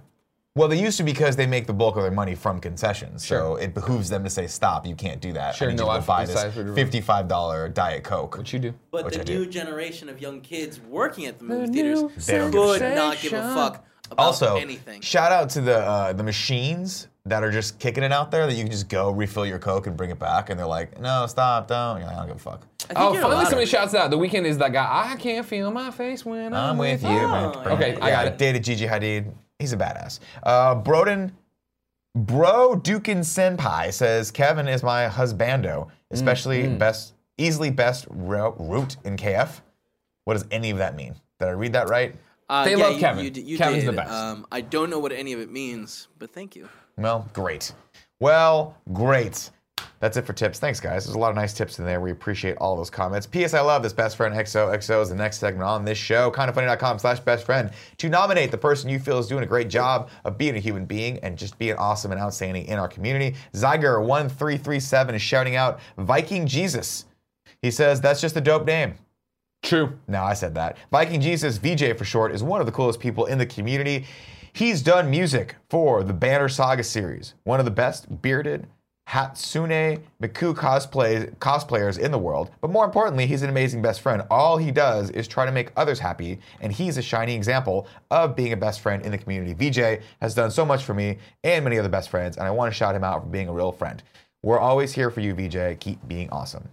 S1: Well, they used to because they make the bulk of their money from concessions. So
S2: Sure.
S1: it behooves them to say, stop, you can't do that.
S2: Sure,
S1: I need
S2: no,
S1: you to
S2: I've
S1: go buy this
S2: decided to-
S1: $55 Diet Coke.
S2: What you do?
S3: But
S1: Which
S3: the
S1: I do.
S3: new generation of young kids working at the movie
S2: new
S3: theaters
S1: They don't give a
S3: could
S1: shit.
S3: not give a fuck about
S1: also,
S3: anything.
S1: shout out to the uh, the machines that are just kicking it out there that you can just go refill your Coke and bring it back, and they're like, no, stop, don't. You're like, I don't give a fuck.
S3: I think
S2: Oh,
S3: you're allowed
S2: finally somebody
S3: to-
S2: shouts out. The weekend is that guy. I can't feel my face when I'm,
S1: I'm with you, man.
S3: Oh,
S1: Bring
S2: okay, I got it.
S1: Dated Gigi Hadid. He's a badass. Uh, Broden, Bro Dukin Senpai says Kevin is my
S2: Mm,
S1: husbando, especially best, easily best ro- route in KF. What does any of that mean? Did I read that right?
S3: Uh,
S2: They
S3: yeah,
S2: love
S3: you-
S2: Kevin.
S3: you d- you
S2: Kevin's the
S3: did.
S2: best.
S3: Um, I don't know what any of it means, but thank you.
S1: Well, great. Well, great. That's it for tips. Thanks, guys. There's a lot of nice tips in there. We appreciate all those comments. P.S. I love this best friend XOXO is the next segment on this show. Kindoffunny.com slash best friend to nominate the person you feel is doing a great job of being a human being and just being awesome and outstanding in our community. Zyger1337 is shouting out Viking Jesus. He says, that's just a dope name.
S2: True.
S1: No, I said that. Viking Jesus, VJ for short, is one of the coolest people in the community. He's done music for the Banner Saga series, one of the best bearded Hatsune Miku cosplay, cosplayers in the world. But more importantly, he's an amazing best friend. All he does is try to make others happy, and he's a shining example of being a best friend in the community. VJ has done so much for me and many other best friends, and I want to shout him out for being a real friend. We're always here for you, VJ. Keep being awesome.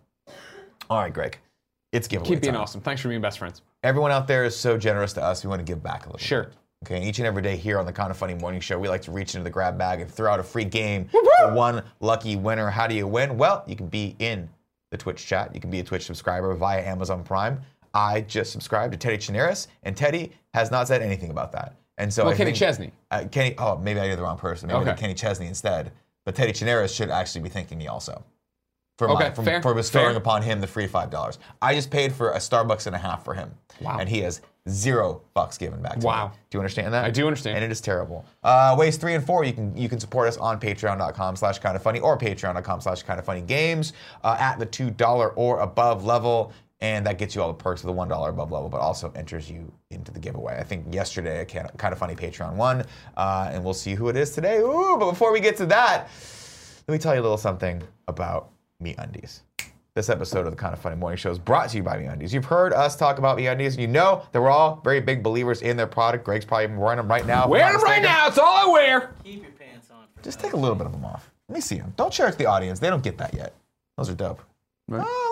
S1: All right, Greg. It's giveaway
S2: Keep being
S1: time.
S2: awesome. Thanks for being best friends.
S1: Everyone out there is so generous to us. We want to give back a little.
S2: Sure.
S1: Bit. Okay. And each and every day here on the Kind of Funny Morning Show, we like to reach into the grab bag and throw out a free game for one lucky winner. How do you win? Well, you can be in the Twitch chat. You can be a Twitch subscriber via Amazon Prime. I just subscribed to Teddy Chinaris, and Teddy has not said anything about that. And so
S2: Well,
S1: I
S2: Kenny
S1: think-
S2: Chesney.
S1: Uh, Kenny. Oh, maybe I did the wrong person. Maybe I did
S2: Okay.
S1: Kenny Chesney instead. But Teddy Chinaris should actually be thanking me also. For,
S2: Okay,
S1: my, for,
S2: fair,
S1: for bestowing
S2: fair.
S1: upon him the free five dollars. I just paid for a Starbucks and a half for him,
S2: Wow.
S1: and he has zero bucks given back. to
S2: Wow.
S1: me. do you understand that?
S2: I do understand.
S1: and it is terrible. Uh, ways three and four, you can you can support us on Patreon.com/slash Kind of Funny or Patreon.com/slash Kind of Funny Games uh, at the two dollar or above level, and that gets you all the perks of the one dollar above level, but also enters you into the giveaway. I think yesterday I Kind of- Kind of Funny Patreon won, uh, and we'll see who it is today. Ooh, but before we get to that, let me tell you a little something about Me Undies. This episode of the Kind of Funny Morning Show is brought to you by MeUndies. You've heard us talk about MeUndies, and you know that we're all very big believers in their product. Greg's probably wearing them right now. if I'm
S2: Wear
S1: not
S2: them right
S1: mistaken.
S2: now. It's all I wear.
S3: Keep your pants on. For
S1: Just
S3: now.
S1: take a little bit of them off. Let me see them. Don't share it to the audience. They don't get that yet. Those are dope.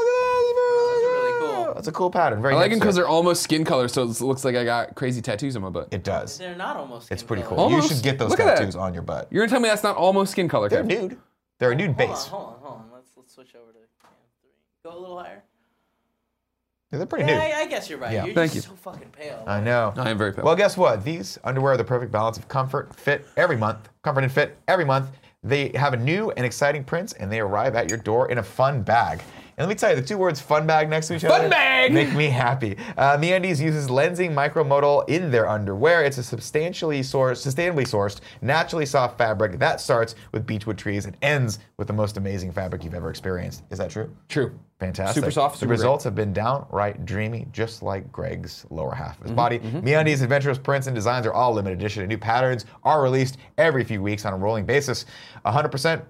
S1: Oh, look at that. That's
S3: Those are really cool.
S1: That's a cool pattern. Very
S2: I like
S1: hipster.
S2: them because they're almost skin color, so it looks like I got crazy tattoos on my butt.
S1: It does.
S3: They're not almost.
S1: It's
S3: skin
S1: pretty cool.
S3: color.
S2: Almost.
S1: You should get those
S2: Look at that.
S1: tattoos on your butt.
S2: You're gonna tell me that's not almost skin color?
S1: They're
S2: Kev?
S1: nude. They're a nude
S3: Hold on,
S1: base.
S3: hold on, hold on. Let's let's switch over to cam three. Go a little higher.
S1: Yeah, They're pretty
S3: Yeah,
S1: nude.
S3: I, I guess you're right.
S1: Yeah.
S3: You're
S2: Thank
S3: just
S2: you.
S3: so fucking pale.
S1: I know.
S2: I am very pale.
S1: Well, guess what? These underwear are the perfect balance of comfort, fit every month, comfort and fit every month. They have a new and exciting prints, and they arrive at your door in a fun bag. And let me tell you, the two words "fun bag" next to each other
S2: bag!
S1: make me happy. Uh, MeUndies uses lensing micromodal in their underwear. It's a substantially sourced, sustainably sourced, naturally soft fabric that starts with beechwood trees and ends with the most amazing fabric you've ever experienced. Is that true?
S2: True.
S1: Fantastic.
S2: Super soft,
S1: The
S2: super great.
S1: results have been downright dreamy, just like Greg's lower half of
S2: Mm-hmm,
S1: his body. MeUndies adventurous prints and designs are all limited edition, and new patterns are released every few weeks on a rolling basis. 100%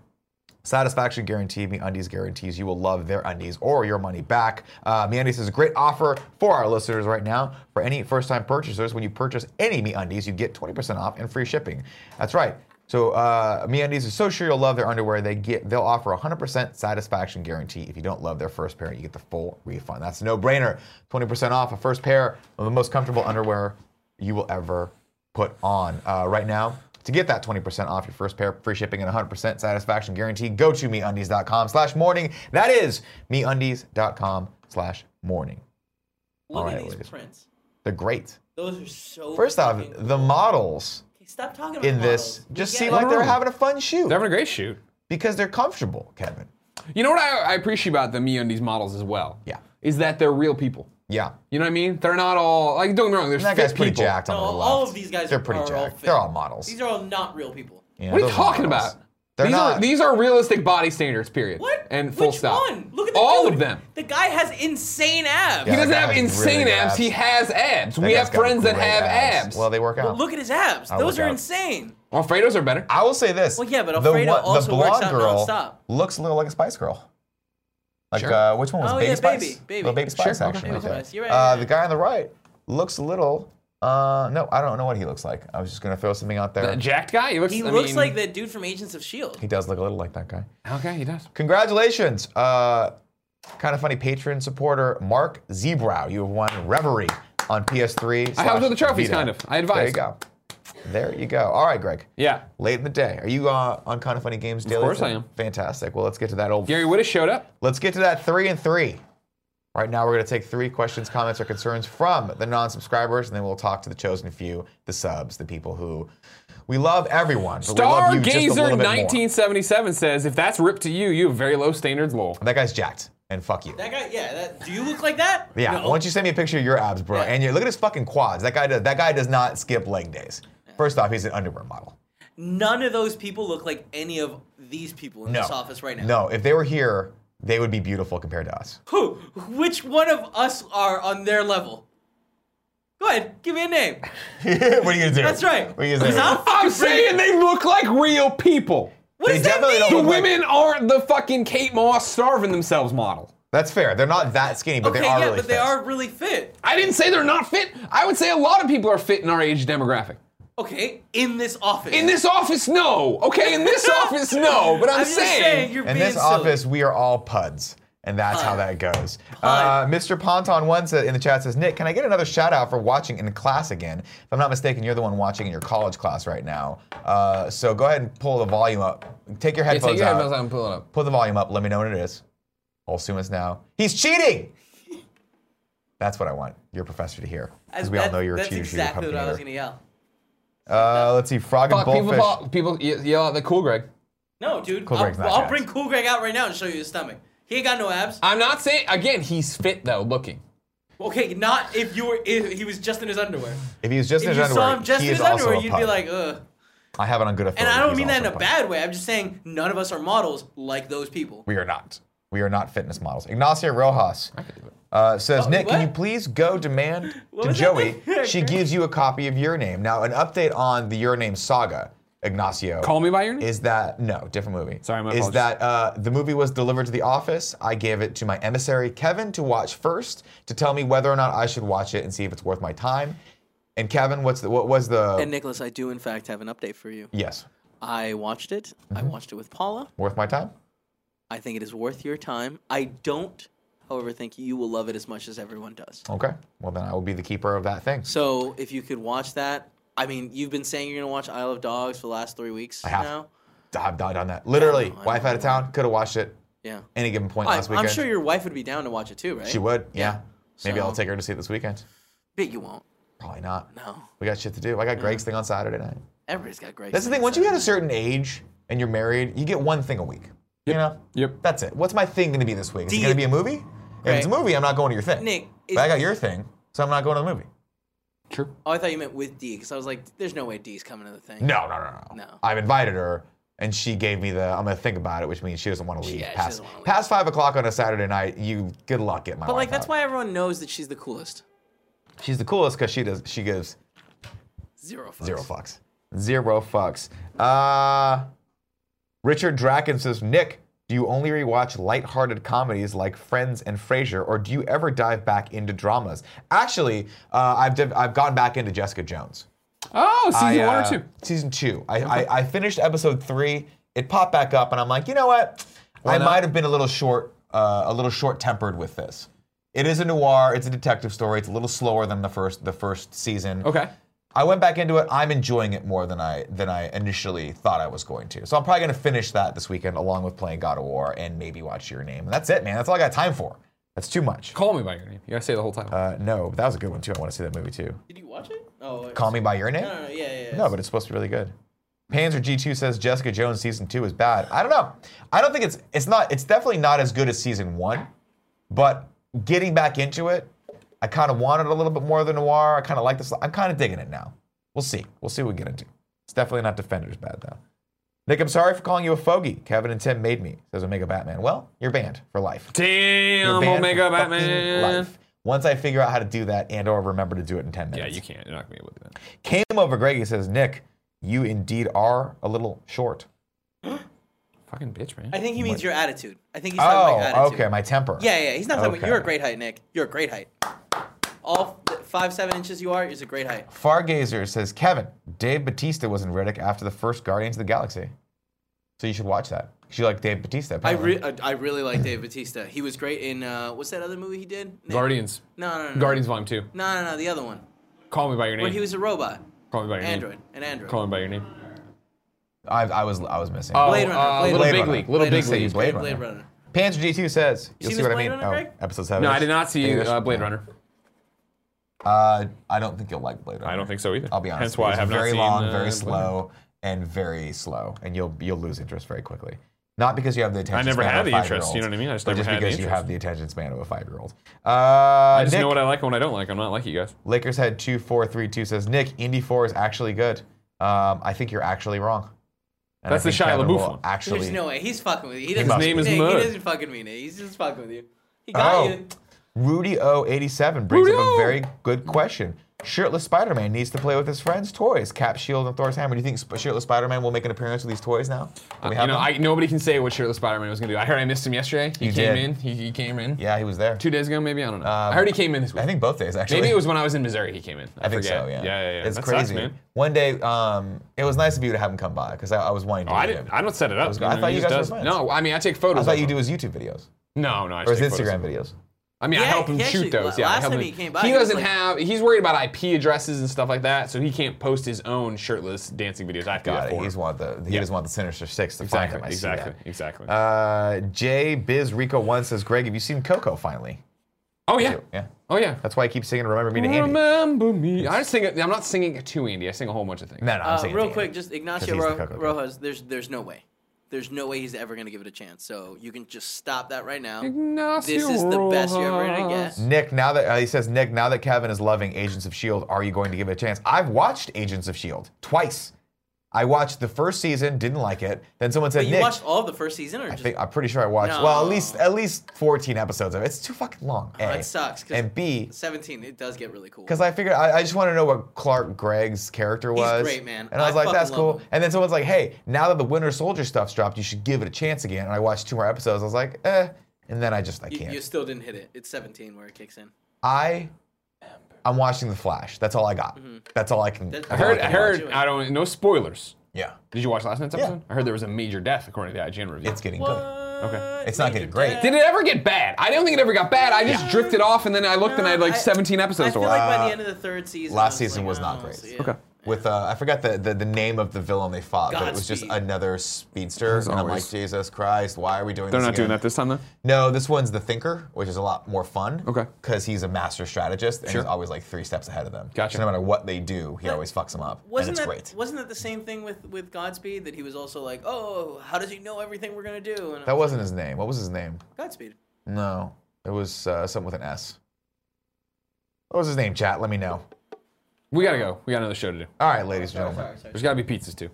S1: Satisfaction guarantee. MeUndies guarantees you will love their undies or your money back. Uh, MeUndies is a great offer for our listeners right now. For any first-time purchasers, when you purchase any MeUndies, you get 20% off and free shipping. That's right. So uh, MeUndies is so sure you'll love their underwear, they get they'll offer 100% satisfaction guarantee. If you don't love their first pair, you get the full refund. That's a no-brainer. 20% off a first pair of the most comfortable underwear you will ever put on. Uh, right now, to get that 20% off your first pair, free shipping and 100% satisfaction guarantee, go to MeUndies.com slash morning. That is MeUndies.com slash morning.
S3: Look
S1: Alright,
S3: at these
S1: ladies.
S3: prints.
S1: They're great.
S3: Those are so.
S1: First off,
S3: fucking cool.
S1: the models
S3: Okay, stop talking about
S1: in this
S3: models. We
S1: just
S3: get
S1: seem
S3: it.
S1: like they're
S2: Wrong.
S1: having a fun shoot
S2: They're having a great shoot.
S1: because they're comfortable, Kevin.
S2: You know what I, I appreciate about the MeUndies models as well?
S1: Yeah.
S2: Is that they're real people.
S1: Yeah.
S2: You know what I mean? They're not all like don't get me wrong. There's
S1: And that
S2: fit
S1: guy's pretty
S2: people.
S1: jacked on
S3: No,
S1: the left.
S3: all of these guys
S1: They're
S3: are-
S1: pretty
S3: are all
S1: jacked.
S3: fit.
S1: they're all models.
S3: These are all not real people.
S1: Yeah,
S2: What are you
S1: those are
S2: talking
S1: models.
S2: about?
S1: They're
S2: these
S1: not.
S2: are these are realistic body standards. Period.
S3: What?
S2: And full
S3: Which
S2: stop.
S3: One? Look at the
S2: all
S3: dude.
S2: of them.
S3: The guy has insane abs.
S2: He
S1: Yeah, that
S2: doesn't
S1: guy
S2: have
S1: has
S2: insane
S1: really good
S2: abs.
S1: abs.
S2: He has abs.
S1: That
S2: we
S1: guy's
S2: have
S1: got
S2: friends that
S1: great
S2: have abs.
S1: Well, they work out.
S3: Look at his abs.
S1: I'll
S3: Those
S1: look
S3: are
S1: up.
S3: insane.
S2: Alfredos are better.
S1: I will say this.
S3: Well, yeah, but
S1: the
S3: Alfredo
S1: one-
S3: also
S1: the blonde
S3: works out
S1: girl
S3: nonstop.
S1: looks a little like a Spice Girl. Like
S2: Sure.
S1: uh, which one was
S3: Oh,
S1: Baby
S3: yeah,
S1: Spice?
S3: Baby, Baby.
S1: Little Baby Spice
S2: Sure, okay.
S1: actually.
S2: Baby
S1: right there.
S3: Spice, you're right,
S1: Uh,
S3: yeah.
S1: the guy on the right looks a little. Uh, no, I don't know what he looks like. I was just gonna throw something out there.
S2: That jacked guy. He looks.
S3: He
S2: I
S3: looks
S2: mean-
S3: like that dude from Agents of Shield.
S1: he does look a little like that guy.
S2: Okay, he does.
S1: Congratulations, uh, kind of funny patron supporter Mark Zebrow. You have won Reverie on PS3.
S2: I helped with the
S1: slash
S2: trophies,
S1: Vita.
S2: kind of.
S1: There
S2: I
S1: you
S2: advised.
S1: go. There you go. All right, Greg.
S2: Yeah.
S1: Late in the day. Are you uh, on Kind of Funny Games daily?
S2: course
S1: thing?
S2: I am.
S1: Fantastic. Well, let's get to that old.
S2: Gary Wittes showed up.
S1: Let's get to that three and three. Right now, we're going to take three questions, comments, or concerns from the non subscribers, and then we'll talk to the chosen few, the subs, the people who we love everyone. But we love you just a little bit more.
S2: Stargazer1977 says, if that's ripped to you, you have very low standards, lol.
S1: That guy's jacked, and fuck you.
S3: That guy, yeah. That, do you look like that?
S1: Yeah,
S3: No.
S1: why don't you send me a picture of your abs, bro?
S3: Yeah.
S1: And your, look at his fucking quads. That guy does. That guy does not skip leg days. First off, he's an underwear model.
S3: None of those people look like any of these people in
S1: No.
S3: this office right now.
S1: No, if they were here, they would be beautiful compared to us.
S3: Who? Which one of us are on their level? Go ahead, give me a name.
S1: what are you gonna do?
S3: That's right.
S1: What are you gonna do?
S3: 'Cause I'll
S2: I'm
S3: fucking
S2: saying
S3: bring it.
S2: they look like real people.
S3: What
S1: They
S3: does that
S1: definitely
S3: mean?
S1: don't
S2: The
S1: look like-
S2: women aren't the fucking Kate Moss starving themselves model.
S1: That's fair. They're not that skinny, but
S3: okay,
S1: they are
S3: yeah,
S1: really
S3: but they
S1: fit.
S3: are really fit.
S2: I didn't say they're not fit. I would say a lot of people are fit in our age demographic.
S3: Okay, in this office.
S2: In this office, no. Okay, in this office, no. But I'm,
S3: I'm just
S2: saying,
S3: saying you're
S1: In
S3: being
S1: this
S3: silly.
S1: office, we are all PUDs. And that's how
S3: Pud.
S1: that goes. Uh, Mr. Ponton1 said in the chat says, Nick, can I get another shout out for watching in class again? If I'm not mistaken, you're the one watching in your college class right now. Uh, so go ahead and pull the volume up. Take your
S2: Yeah,
S1: headphones
S2: take your
S1: out.
S2: headphones out and pull it up.
S1: Pull the volume up. Let me know what it is. I'll assume it's now. He's cheating! That's what I want your professor to hear. Because
S3: As-
S1: we all
S3: that-
S1: know you're a
S3: That's
S1: cheater. so you're a
S3: exactly what I was
S1: company
S3: gonna yell.
S1: hater. uh, let's see. Frog and
S2: Fuck, people,
S1: Bullfish.
S2: thought- people ye- yell out the cool Greg.
S3: No, dude.
S1: Cool
S3: I'll,
S1: Greg's not
S3: I'll
S1: fast.
S3: bring Cool Greg out right now and show you his stomach. He ain't got no abs.
S2: I'm not saying again. He's fit though, looking.
S3: Okay, not if you were. If he was just in his underwear.
S1: If he was just
S3: If
S1: in
S3: you
S1: his underwear,
S3: saw him just
S1: he
S3: in his
S1: is also
S3: underwear,
S1: a
S3: you'd
S1: pud.
S3: be like, ugh.
S1: I have it on good authority.
S3: And I don't
S1: he's
S3: mean that in
S1: also
S3: a
S1: pud.
S3: bad way. I'm just saying none of us are models like those people.
S1: We are not. We are not fitness models. Ignacio Rojas uh, says,
S3: Oh,
S1: Nick, can
S3: what?
S1: you please go demand to
S3: was that
S1: Joey?
S3: thing?
S1: She gives you a copy of Your Name. Now, an update on the Your Name saga, Ignacio.
S2: Call me by your name.
S1: Is that no different movie?
S2: Sorry, my
S1: Is
S2: apologies.
S1: that uh, the movie was delivered to the office? I gave it to my emissary Kevin to watch first to tell me whether or not I should watch it and see if it's worth my time. And Kevin, what's the, what was the
S3: And Nicholas, I do in fact have an update for you.
S1: yes
S3: I watched it. I
S1: Mm-hmm.
S3: watched it with Paula.
S1: worth my time?
S3: I think it is worth your time. I don't, however, think you will love it as much as everyone does.
S1: Okay, well then I will be the keeper of that thing.
S3: So if you could watch that, I mean, you've been saying you're gonna watch Isle of Dogs for the last three weeks
S1: I have.
S3: now.
S1: I've died on that. Literally,
S3: I know, I
S1: wife
S3: know.
S1: out of town, could have watched it
S3: Yeah.
S1: any given point
S3: I,
S1: last weekend.
S3: am sure your wife would be down to watch it too, right?
S1: she would. Yeah, maybe
S3: So-
S1: I'll take her to see it this weekend.
S3: But you won't.
S1: Probably not.
S3: No.
S1: We got shit to do. I got Greg's thing on Saturday night.
S3: Everybody's got great.
S1: That's the thing. Once you hit a certain age and you're married, you get one thing a week. You know.
S2: Yep.
S1: That's it. What's my thing going to be this week? Is it
S3: Do
S1: going to
S3: you-
S1: be a movie? If it's a
S3: Right.
S1: movie, I'm not going to your thing.
S3: Nick,
S1: but I
S3: is-
S1: got your thing, so I'm not going to the movie.
S2: True.
S3: Oh, I thought you meant with D, because I was like, there's no way D's coming to the thing.
S1: No, no, no, no.
S3: No.
S1: I've invited her, and she gave me the. I'm going to think about it, which means she doesn't want to leave.
S3: yeah, she
S1: past
S3: doesn't wanna leave.
S1: past five o'clock on a Saturday night, you good luck getting my.
S3: But like,
S1: wife
S3: that's
S1: out.
S3: why everyone knows that she's the coolest.
S1: she's the coolest because she does. She gives
S3: Zero fucks.
S1: Zero fucks. Zero fucks. Uh, Richard Draken says, Nick, do you only rewatch lighthearted comedies like Friends and Frasier, or do you ever dive back into dramas? Actually, uh, I've div- I've gone back into Jessica Jones.
S2: Oh, season
S1: I,
S2: one
S1: uh,
S2: or two.
S1: Season two. I, I, I finished episode three. It popped back up, and I'm like, you know what? I
S2: not?
S1: might have been a little short, uh, a little short-tempered with this. It is a noir. It's a detective story. It's a little slower than the first the first season.
S2: Okay.
S1: I went back into it. I'm enjoying it more than I than I initially thought I was going to. So I'm probably going to finish that this weekend, along with playing God of War and maybe watch Your Name. And that's it, man. That's all I got time for. That's too much.
S2: Call me by your name. You gotta say the whole title.
S1: Uh, no, but that was a good one too. I want to see that movie too.
S3: Did you watch it? Oh.
S1: Call Me by Your Name.
S3: No, no, no. Yeah, yeah. yeah.
S1: No, but it's supposed to be really good. Panzer G2 says Jessica Jones season two is bad. I don't know. I don't think it's it's not it's definitely not as good as season one, but getting back into it, I kind of wanted a little bit more of the noir. I kind of like this. I'm kind of digging it now. We'll see. We'll see what we get into. It's definitely not Defenders bad though. Nick, I'm sorry for calling you a fogey. Kevin and Tim made me. Says Omega Batman. Well, you're banned for life. You're
S2: Damn,
S1: banned for
S2: Omega
S1: fucking
S2: Batman.
S1: life. Once I figure out how to do that and or remember to do it in 10
S2: Yeah,
S1: minutes
S2: you can't. You're not gonna be able to do that.
S1: came over Greg. He says, Nick, you indeed are a little short.
S2: Fucking bitch, man.
S3: I think he means your attitude. I think he's talking
S1: Oh,
S3: about attitude.
S1: okay, my temper.
S3: Yeah, yeah. He's not talking
S1: Okay.
S3: about. You're a great height, Nick. You're a great height. All f- five seven inches you are is a great height.
S1: Fargazer says, Kevin, Dave Batista was in Riddick after the first Guardians of the Galaxy. So you should watch that. 'Cause You like Dave Batista.
S3: I,
S1: Apparently.
S3: re- I I really like Dave Batista. He was great in uh, what's that other movie he did? Nick?
S2: Guardians.
S3: No, no, no. no.
S2: Guardians Volume Two.
S3: No, no, no. The other one
S2: Call me by your name.
S3: where Mm. he was a robot,
S2: Call me by your
S3: android,
S2: name.
S3: an android.
S2: Call me by your name.
S1: I, I was I was missing.
S2: Oh,
S3: Blade Runner,
S2: uh,
S3: Blade
S2: Little
S3: Runner.
S2: Big
S1: Blade
S2: League.
S1: Runner.
S2: Little
S1: Did
S2: Big
S1: you
S2: League.
S1: say you Blade,
S3: Blade
S1: Runner.
S3: Runner.
S1: Panther G2 says, you
S3: see
S1: see
S3: this
S1: what I
S3: Blade
S1: mean?
S3: Runner, Greg?
S1: Oh, episode 7.
S2: No, I did not see
S1: English.
S2: uh, Blade Runner.
S1: Uh, I don't think you'll like Blade Runner.
S2: I don't think so either.
S1: I'll be honest. with
S2: Hence
S1: you.
S2: why I
S1: It's
S2: have not
S1: very
S2: seen,
S1: long,
S2: uh,
S1: very
S2: Blade
S1: slow, and very slow, and you'll you'll lose interest very quickly. Not because you have the attention.
S2: never
S1: span
S2: had
S1: of a
S2: the interest,
S1: five-year-old,
S2: you know what I mean? I just
S1: but
S2: never
S1: just
S2: had the
S1: because you
S2: interest.
S1: have the attention span of a five-year-old. Uh,
S2: I just
S1: Nick,
S2: know what I like and what I don't like. I'm not like you guys.
S1: Lakers head two four three two says Nick Indy four is actually good. Um, I think you're actually wrong. And
S2: That's
S1: I
S2: the
S1: think
S2: Shia
S1: Kevin
S2: LaBeouf
S1: will
S2: one.
S1: Actually,
S3: There's no way. He's fucking with you. He doesn't,
S1: must
S2: name
S1: be.
S2: is
S3: Nick,
S2: Mud.
S3: He doesn't fucking mean it. He's just fucking with you. He got
S1: Oh,
S3: you.
S1: Rudy O eighty seven brings
S2: Rudy
S1: up
S2: O.
S1: a very good question. Shirtless Spider Man needs to play with his friends' toys. Cap, Shield, and Thor's hammer. Do you think Sp- Shirtless Spider Man will make an appearance with these toys now? Do we
S2: Uh, You
S1: have
S2: know,
S1: them?
S2: I, nobody can say what Shirtless Spider-Man was gonna do. I heard I missed him yesterday. He
S1: You
S2: came
S1: did.
S2: in. He, he came in.
S1: yeah, he was there.
S2: Two days ago, maybe I don't know. I heard he came in this week.
S1: I think both days actually.
S2: Maybe it was when I was in Missouri. He came in. I,
S1: I think
S2: forget.
S1: so. Yeah.
S2: Yeah, yeah, yeah.
S1: It's
S2: That
S1: crazy.
S2: sucks, man.
S1: One day, um, it was nice of you to have him come by because I, I was wanting to.
S2: Oh, I
S1: meet
S2: didn't.
S1: him.
S2: I don't set it up.
S1: was- I thought
S2: he
S1: you
S2: just
S1: guys were friends.
S2: does- No, I mean I take photos.
S1: I
S2: of
S1: thought you
S2: him.
S1: do his YouTube videos
S2: No, no. I
S1: or
S2: just
S1: his
S2: take photos of
S1: Instagram
S2: him.
S1: videos.
S2: I mean, I
S3: Yeah,
S2: help him
S3: he actually-
S2: shoot those. Yeah, I
S3: last
S2: help
S3: time
S2: him-
S3: he came by,
S2: he
S3: he was
S2: doesn't
S3: like-
S2: have. He's worried about IP addresses and stuff like that, so he can't post his own shirtless dancing videos. I've
S1: Got
S2: got
S1: it. He's want the. He
S2: Yeah.
S1: doesn't want the Sinister Six to
S2: exactly,
S1: find him. I see that.
S2: exactly, exactly.
S1: Uh, J Biz Rico one says, "Greg, have you seen Coco finally?"
S2: oh yeah,
S1: Yeah.
S2: oh yeah.
S1: That's why I keep singing "Remember Me to Andy."
S2: Remember me. I just sing it. I'm not singing it to Andy. I sing a whole bunch of things.
S1: No, no, I'm
S3: Uh,
S1: singing
S3: real
S1: to
S3: quick,
S1: Andy.
S3: just
S1: 'Cause
S3: Ignacio
S1: he's the
S3: Ro-
S1: Coco Kid.
S3: Rojas. There's there's no way. There's no way he's ever gonna give it a chance. So you can just stop that right now.
S2: Ignacio
S3: this is the best you're ever gonna
S2: Rojas.
S3: get.
S1: Nick, now that uh, he says, Nick, now that Kevin is loving Agents of Shield, E are you going to give it a chance? I've watched Agents of Shield E twice. I watched the first season, didn't like it. Then someone said,
S3: But you
S1: Nick,
S3: watched all of the first season, or
S1: I
S3: just
S1: think, I'm pretty sure I watched.
S3: No.
S1: Well, at least at least 14 episodes of it. It's too fucking long.
S3: Oh,
S1: A.
S3: it sucks. 'cause
S1: And B,
S3: 17. It does get really cool.
S1: because I figured I, I just want to know what Clark Gregg's character was.
S3: great, man.
S1: And I was
S3: I
S1: like, that's
S3: fucking love
S1: cool.
S3: him.
S1: And then someone's like, hey, now that the Winter Soldier stuff's dropped, you should give it a chance again. And I watched two more episodes. I was like, eh. And then I just I
S3: you,
S1: can't.
S3: you still didn't hit it. It's 17 where it kicks in.
S1: I I'm watching The Flash. That's all I got.
S3: Mm-hmm.
S1: That's all I can.
S3: That's-
S2: I
S1: that's all
S2: heard.
S1: can
S2: I
S1: watch.
S2: heard. I don't. No spoilers.
S1: Yeah,
S2: Did you watch last night's
S1: Yeah.
S2: episode? I heard there was a major death according to the IGN review.
S1: it's getting good.
S2: Okay.
S1: It's not
S3: Major
S1: getting great.
S3: death.
S2: Did it ever get bad? I don't think it ever got bad. I just drifted off, and then I looked, and I had like
S3: No,
S2: 17 episodes
S3: I
S2: to
S3: feel
S2: watch.
S3: like by the end of the third season.
S1: Last
S3: I
S1: season
S3: like,
S1: was not
S3: oh,
S1: great.
S3: so yeah.
S2: Okay.
S1: With uh, I forgot the, the the name of the villain they fought, but it was just
S3: Godspeed.
S1: another speedster.
S2: As
S1: And I'm like,
S2: always.
S1: Jesus Christ, why are we doing?
S2: They're
S1: this
S2: not doing
S1: again?
S2: that this time, though.
S1: No, this one's the Thinker, which is a lot more fun.
S2: Okay.
S1: Because he's a master strategist and
S2: Sure.
S1: he's always like three steps ahead of them.
S2: Gotcha.
S1: So no matter what they do, he always fucks them up.
S3: Wasn't
S1: and it's
S3: that
S1: great.
S3: wasn't that the same thing with with Godspeed that he was also like, oh, how does he know everything we're gonna do? And
S1: That wasn't his name. What was his name?
S3: Godspeed.
S1: No, it was uh, something with an S. What was his name? Chat. Let me know.
S2: We gotta go. We got another show to do.
S1: All right, ladies and gentlemen.
S2: There's gotta be pizzas too.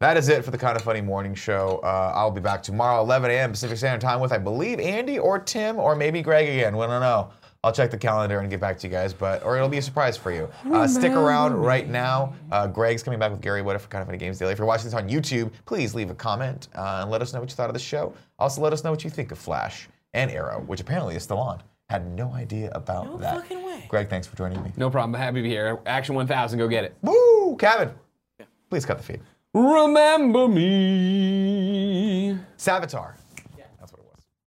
S1: That is it for the Kind of Funny Morning Show. Uh, I'll be back tomorrow, 11 a.m. Pacific Standard Time, with I believe Andy or Tim or maybe Greg again. We don't know. I'll check the calendar and get back to you guys, but or it'll be a surprise for you. Uh, stick around right now. Uh, Greg's coming back with Gary What for Kind of Funny Games Daily. If you're watching this on YouTube, please leave a comment uh, and let us know what you thought of the show. Also, let us know what you think of Flash and Arrow, which apparently is still on. Had no idea about
S3: No
S1: that.
S3: fucking way.
S1: Greg, thanks for joining me.
S2: No problem. Happy to be here. Action 1000. Go get it.
S1: Woo, Kevin. Please cut the feed.
S2: Remember me.
S1: Savitar.